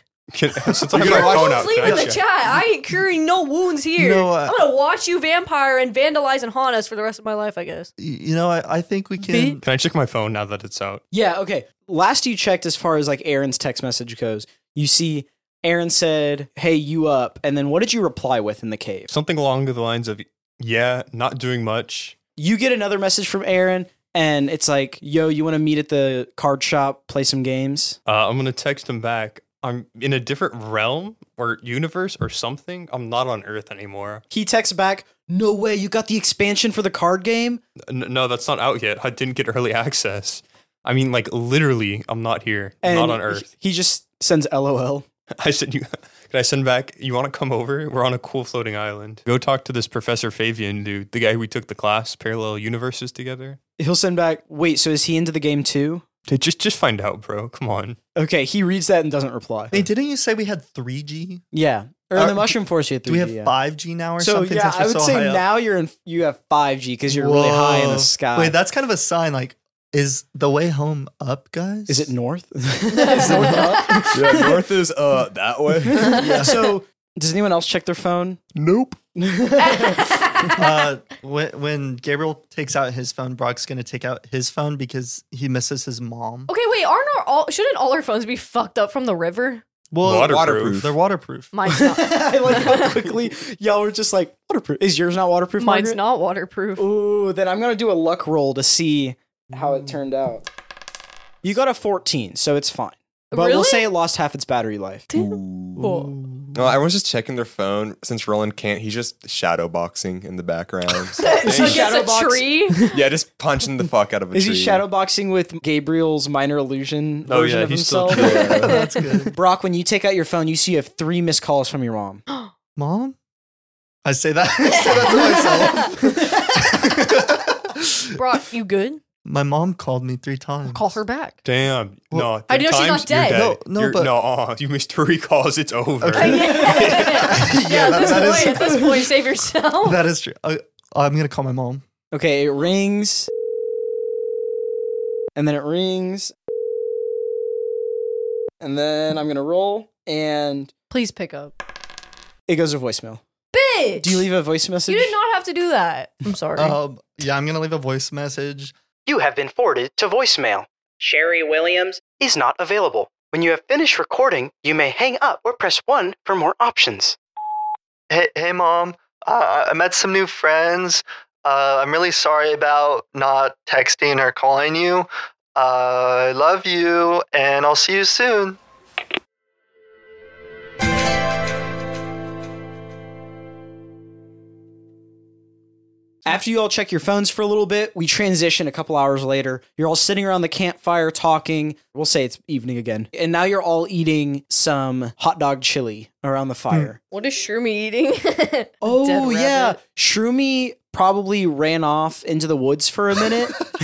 Speaker 5: Bitch,
Speaker 6: Can, since I
Speaker 4: You're
Speaker 6: have
Speaker 4: gonna
Speaker 6: my
Speaker 4: watch-
Speaker 6: phone out,
Speaker 5: just leave
Speaker 6: can
Speaker 5: in
Speaker 6: I
Speaker 5: the
Speaker 6: check?
Speaker 5: chat. I ain't curing no wounds here.
Speaker 1: No, uh,
Speaker 5: I'm gonna watch you, vampire, and vandalize and haunt us for the rest of my life. I guess.
Speaker 1: Y- You know, I, I think we can.
Speaker 6: Can I check my phone now that it's out?
Speaker 3: Yeah, okay. Last you checked, as far as like Aaron's text message goes, you see Aaron said, "Hey, you up?" And then what did you reply with in the cave?
Speaker 6: Something along the lines of, yeah, not doing much.
Speaker 3: You get another message from Aaron, and it's like, "Yo, you want to meet at the card shop, play some games?"
Speaker 6: Uh, I'm gonna text him back. I'm in a different realm or universe or something. I'm not on Earth anymore.
Speaker 3: He texts back, "No way, you got the expansion for the card game?"
Speaker 6: N- no, that's not out yet. I didn't get early access. I mean, like literally, I'm not here. I'm
Speaker 3: And
Speaker 6: not on Earth.
Speaker 3: He just sends LOL.
Speaker 6: I said, you, can I send back? You want to come over? We're on a cool floating island. Go talk to this Professor Fabian dude, the guy we took the class, parallel universes together.
Speaker 3: He'll send back, "Wait, so is he into the game too?"
Speaker 6: Hey, Just, just find out, bro. Come on.
Speaker 3: Okay, he reads that and doesn't reply.
Speaker 1: Hey, didn't you say we had 3G?
Speaker 3: yeah. Or in
Speaker 1: Uh,
Speaker 3: the mushroom forest you had 3G.
Speaker 1: Do we have
Speaker 3: yeah.
Speaker 1: 5G now or
Speaker 3: So
Speaker 1: something?
Speaker 3: yeah,
Speaker 1: since we're
Speaker 3: I would
Speaker 1: so high
Speaker 3: say
Speaker 1: up?
Speaker 3: now you're in you have 5G because you're really high in
Speaker 1: Whoa.
Speaker 3: the sky.
Speaker 1: Wait, that's kind of a sign. Like, is the way home up, guys?
Speaker 3: is it north? Is north up?
Speaker 4: yeah, north is uh that way.
Speaker 3: So does anyone else check their phone?
Speaker 4: Nope.
Speaker 1: uh, when, when Gabriel takes out his phone, Brock's going to take out his phone because he misses his mom.
Speaker 5: Okay, wait. Aren't our all? Shouldn't all our phones be fucked up from the river?
Speaker 1: Well,
Speaker 6: Waterproof. Oh,
Speaker 1: They're waterproof.
Speaker 5: Mine's not.
Speaker 3: I like how quickly y'all were just like waterproof. Is yours not waterproof?
Speaker 5: Mine's
Speaker 3: Margaret?
Speaker 5: not waterproof.
Speaker 3: Ooh, then I'm gonna do a luck roll to see how it turned out. You got a 14, so it's fine. But we'll
Speaker 5: Really?
Speaker 3: say it lost half its battery life.
Speaker 5: Oh.
Speaker 4: No, everyone's just checking their phone since Roland can't. He's just shadow boxing in the background.
Speaker 5: It's like
Speaker 3: shadow
Speaker 5: it's
Speaker 3: box.
Speaker 5: a tree.
Speaker 4: yeah, just punching the fuck out of a
Speaker 3: Is
Speaker 4: tree.
Speaker 3: he shadowboxing with Gabriel's minor illusion
Speaker 6: Oh,
Speaker 3: version
Speaker 6: yeah,
Speaker 3: of
Speaker 6: he's still
Speaker 3: himself?
Speaker 6: doing
Speaker 4: that.
Speaker 1: That's good.
Speaker 3: Brock, when you take out your phone, you see you have three missed calls from your mom.
Speaker 1: Mom? I say that. I say that to myself.
Speaker 5: Brock, you good?
Speaker 1: My mom called me three times.
Speaker 5: Call her back.
Speaker 6: Damn. no.
Speaker 1: Well-
Speaker 5: I
Speaker 6: three
Speaker 5: know she's not
Speaker 6: times, you're
Speaker 5: dead.
Speaker 1: No, no,
Speaker 6: You're-
Speaker 1: but-
Speaker 6: no. aw, you missed three calls. It's over.
Speaker 5: yeah,
Speaker 1: Yeah,
Speaker 5: at
Speaker 1: that-
Speaker 5: this
Speaker 1: that is-
Speaker 5: point, at this point, save yourself.
Speaker 1: That is true. I, I'm going to call my mom.
Speaker 3: Okay, it rings. And then it rings. And then I'm gonna roll and
Speaker 5: Please pick up.
Speaker 3: it goes to voicemail.
Speaker 5: Bitch!
Speaker 3: Do you leave a voice message?
Speaker 5: You Uh-huh. did not have to do that. I'm sorry.
Speaker 1: Um, yeah, I'm going to leave a voice message.
Speaker 7: you have been forwarded to voicemail. Sherry Williams is not available. When you have finished recording, you may hang up or press 1 for more options.
Speaker 1: hey, hey mom uh, i met some new friends uh, i'm really sorry about not texting or calling you uh, i love you and i'll see you soon
Speaker 3: After you all check your phones for a little bit, we transition a couple hours later. You're all sitting around the campfire talking. We'll say it's evening again. And now you're all eating some hot dog chili around the fire.
Speaker 5: What is Shroomy eating?
Speaker 3: Oh, yeah.
Speaker 5: Mm. rabbit.
Speaker 3: Shroomy probably ran off into the woods for a minute.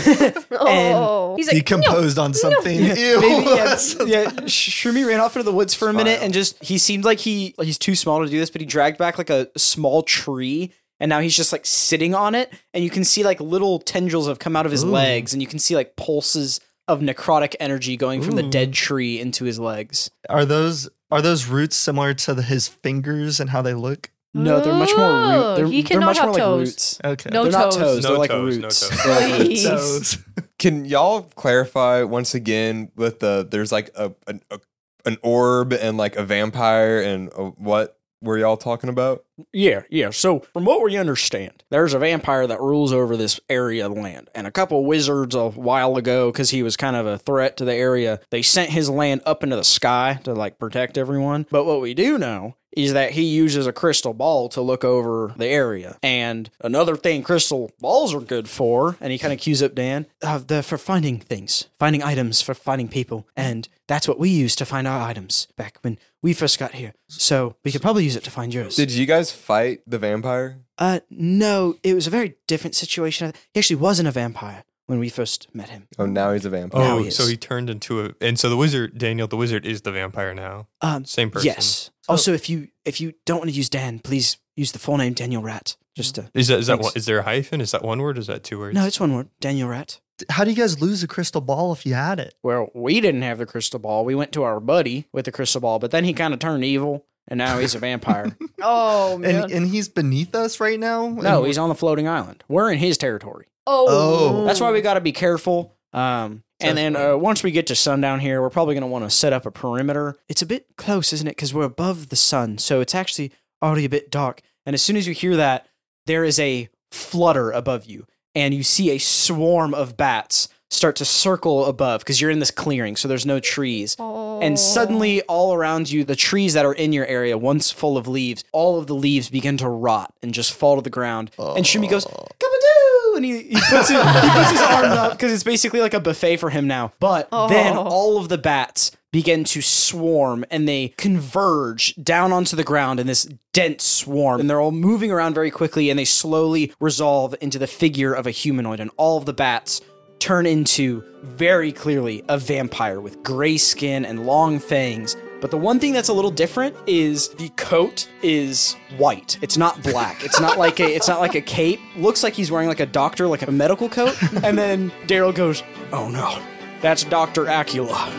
Speaker 5: oh, he's like, no,
Speaker 1: Decomposed on something. Ew.
Speaker 3: Maybe, yeah, yeah, Shroomy ran off into the woods for a minute and just he seemed like he he's too small to do this, but he dragged back like a small tree and now he's just like sitting on it and you can see like little tendrils have come out of his legs and you can see like pulses of necrotic energy going from the dead tree into his legs.
Speaker 1: Are those are those roots similar to the, his fingers and how they look?
Speaker 3: No, they're much more root.
Speaker 5: Oh,
Speaker 3: They're,
Speaker 5: he
Speaker 3: they're
Speaker 5: cannot
Speaker 3: much more
Speaker 5: have
Speaker 3: like
Speaker 5: toes.
Speaker 3: roots.
Speaker 1: Okay.
Speaker 5: no
Speaker 3: they're not
Speaker 5: toes.
Speaker 3: toes,
Speaker 6: No
Speaker 3: they're like
Speaker 6: toes, no
Speaker 3: roots.
Speaker 6: toes.
Speaker 3: They're like roots.
Speaker 5: Please.
Speaker 1: Toes.
Speaker 4: Can y'all clarify once again with the there's like a an, a, an orb and like a vampire and a, what were y'all talking about?
Speaker 2: Yeah, yeah. So, from what we understand, there's a vampire that rules over this area of land. And a couple wizards a while ago, because he was kind of a threat to the area, they sent his land up into the sky to like protect everyone. But what we do know is that he uses a crystal ball to look over the area. And another thing crystal balls are good for,
Speaker 3: and he kind of cues up Dan. Uh, they're for finding things, finding items, for finding people, and that's what we used to find our items back when we first got here. So we could probably use it to find yours.
Speaker 4: Did you guys fight the vampire?
Speaker 3: uh, no, it was a very different situation. He actually wasn't a vampire when we first met him.
Speaker 4: Oh, now he's a vampire.
Speaker 3: Now
Speaker 6: Oh,
Speaker 3: he
Speaker 6: so
Speaker 3: is.
Speaker 6: he turned into a, and so the wizard Daniel the wizard is the vampire now.
Speaker 3: Um,
Speaker 6: Same person.
Speaker 3: yes. also, if you if you don't want to use Dan, please use the full name Daniel Rat. Just to
Speaker 6: Is that is that
Speaker 3: Thanks.
Speaker 6: one, is there a hyphen? Is that one word? Is that two words?
Speaker 3: no, it's one word, Daniel Rat.
Speaker 1: How do you guys lose a crystal ball if you had it?
Speaker 2: Well, we didn't have the crystal ball. We went to our buddy with the crystal ball, but then he kind of turned evil, and now he's a vampire.
Speaker 5: oh man.
Speaker 1: And and he's beneath us right now.
Speaker 2: no,
Speaker 1: And-
Speaker 2: he's on the floating island. We're in his territory.
Speaker 5: oh,
Speaker 1: Oh.
Speaker 2: That's why we got to be careful. Um, and then uh, once we get to sundown here, we're probably going to want to set up a perimeter.
Speaker 3: It's a bit close, isn't it? Because we're above the sun, so it's actually already a bit dark. And as soon as you hear that, there is a flutter above you, and you see a swarm of bats start to circle above because you're in this clearing, so there's no trees. And suddenly, all around you, the trees that are in your area, once full of leaves, all of the leaves begin to rot and just fall to the ground. And Shumi goes, Kabadoo! And he, he, puts, his, he puts his arms up because it's basically like a buffet for him now. But then
Speaker 5: Oh.
Speaker 3: all of the bats begin to swarm and they converge down onto the ground in this dense swarm. And they're all moving around very quickly and they slowly resolve into the figure of a humanoid. And all of the bats turn into very clearly a vampire with gray skin and long fangs. But the one thing that's a little different is the coat is white. It's not black. It's not like a it's not like a cape. Looks like he's wearing like a doctor, like a medical coat. And then Daryl goes, "Oh no, that's Doctor Acula."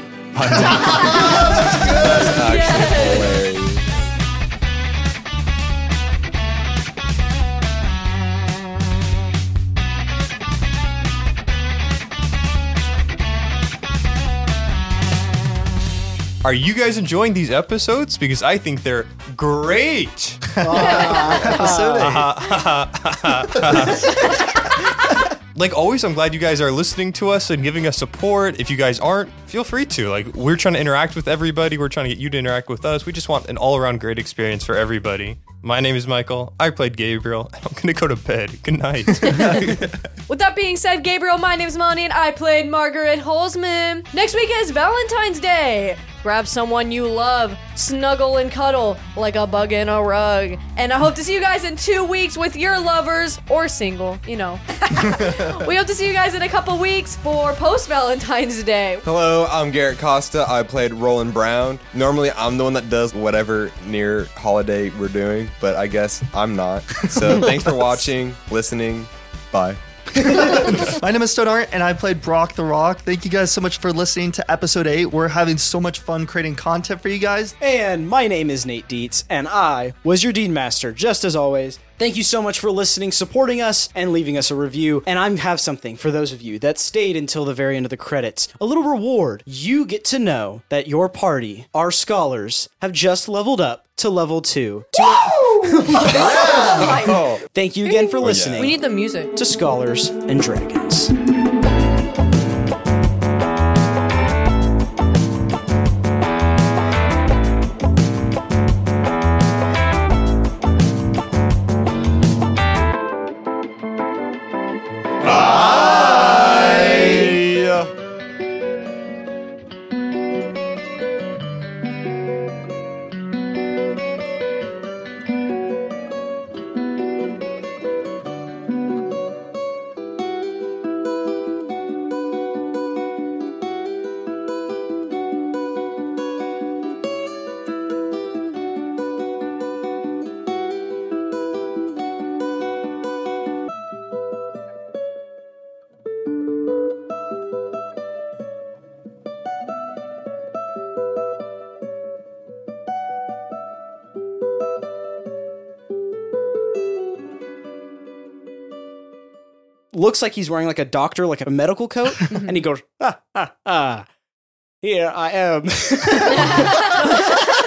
Speaker 6: Are you guys enjoying these episodes? Because I think they're great. like always, I'm glad you guys are listening to us and giving us support. If you guys aren't, feel free to. Like, we're trying to interact with everybody, we're trying to get you to interact with us. We just want an all around great experience for everybody. My name is Michael. I played Gabriel. I'm going to go to bed. Good night.
Speaker 5: With that being said, Gabriel, my name's Melanie, and I played Margaret Holzman. Next week is Valentine's Day. Grab someone you love, snuggle and cuddle like a bug in a rug. And I hope to see you guys in two weeks with your lovers or single, you know. we hope to see you guys in a couple weeks for post Valentine's Day.
Speaker 4: Hello, I'm Garrett Costa. I played Roland Brown. Normally, I'm the one that does whatever near holiday we're doing, but I guess I'm not. So, thanks for watching, listening. Bye.
Speaker 1: My name is Stone Art, and I played Brock the Rock. Thank you guys so much for listening to episode eight. We're having so much fun creating content for you guys.
Speaker 3: And my name is Nate Dietz, and I was your Dean Master, just as always. Thank you so much for listening, supporting us, and leaving us a review. And I have something for those of you that stayed until the very end of the credits a little reward. You get to know that your party, our scholars, have just leveled up to level two. Thank you again for listening
Speaker 5: We need the music.
Speaker 3: to Scholars and Dragons. looks like he's wearing like a doctor, like a medical coat,
Speaker 5: Mm-hmm.
Speaker 3: and he goes, ah, ah, ah, here I am.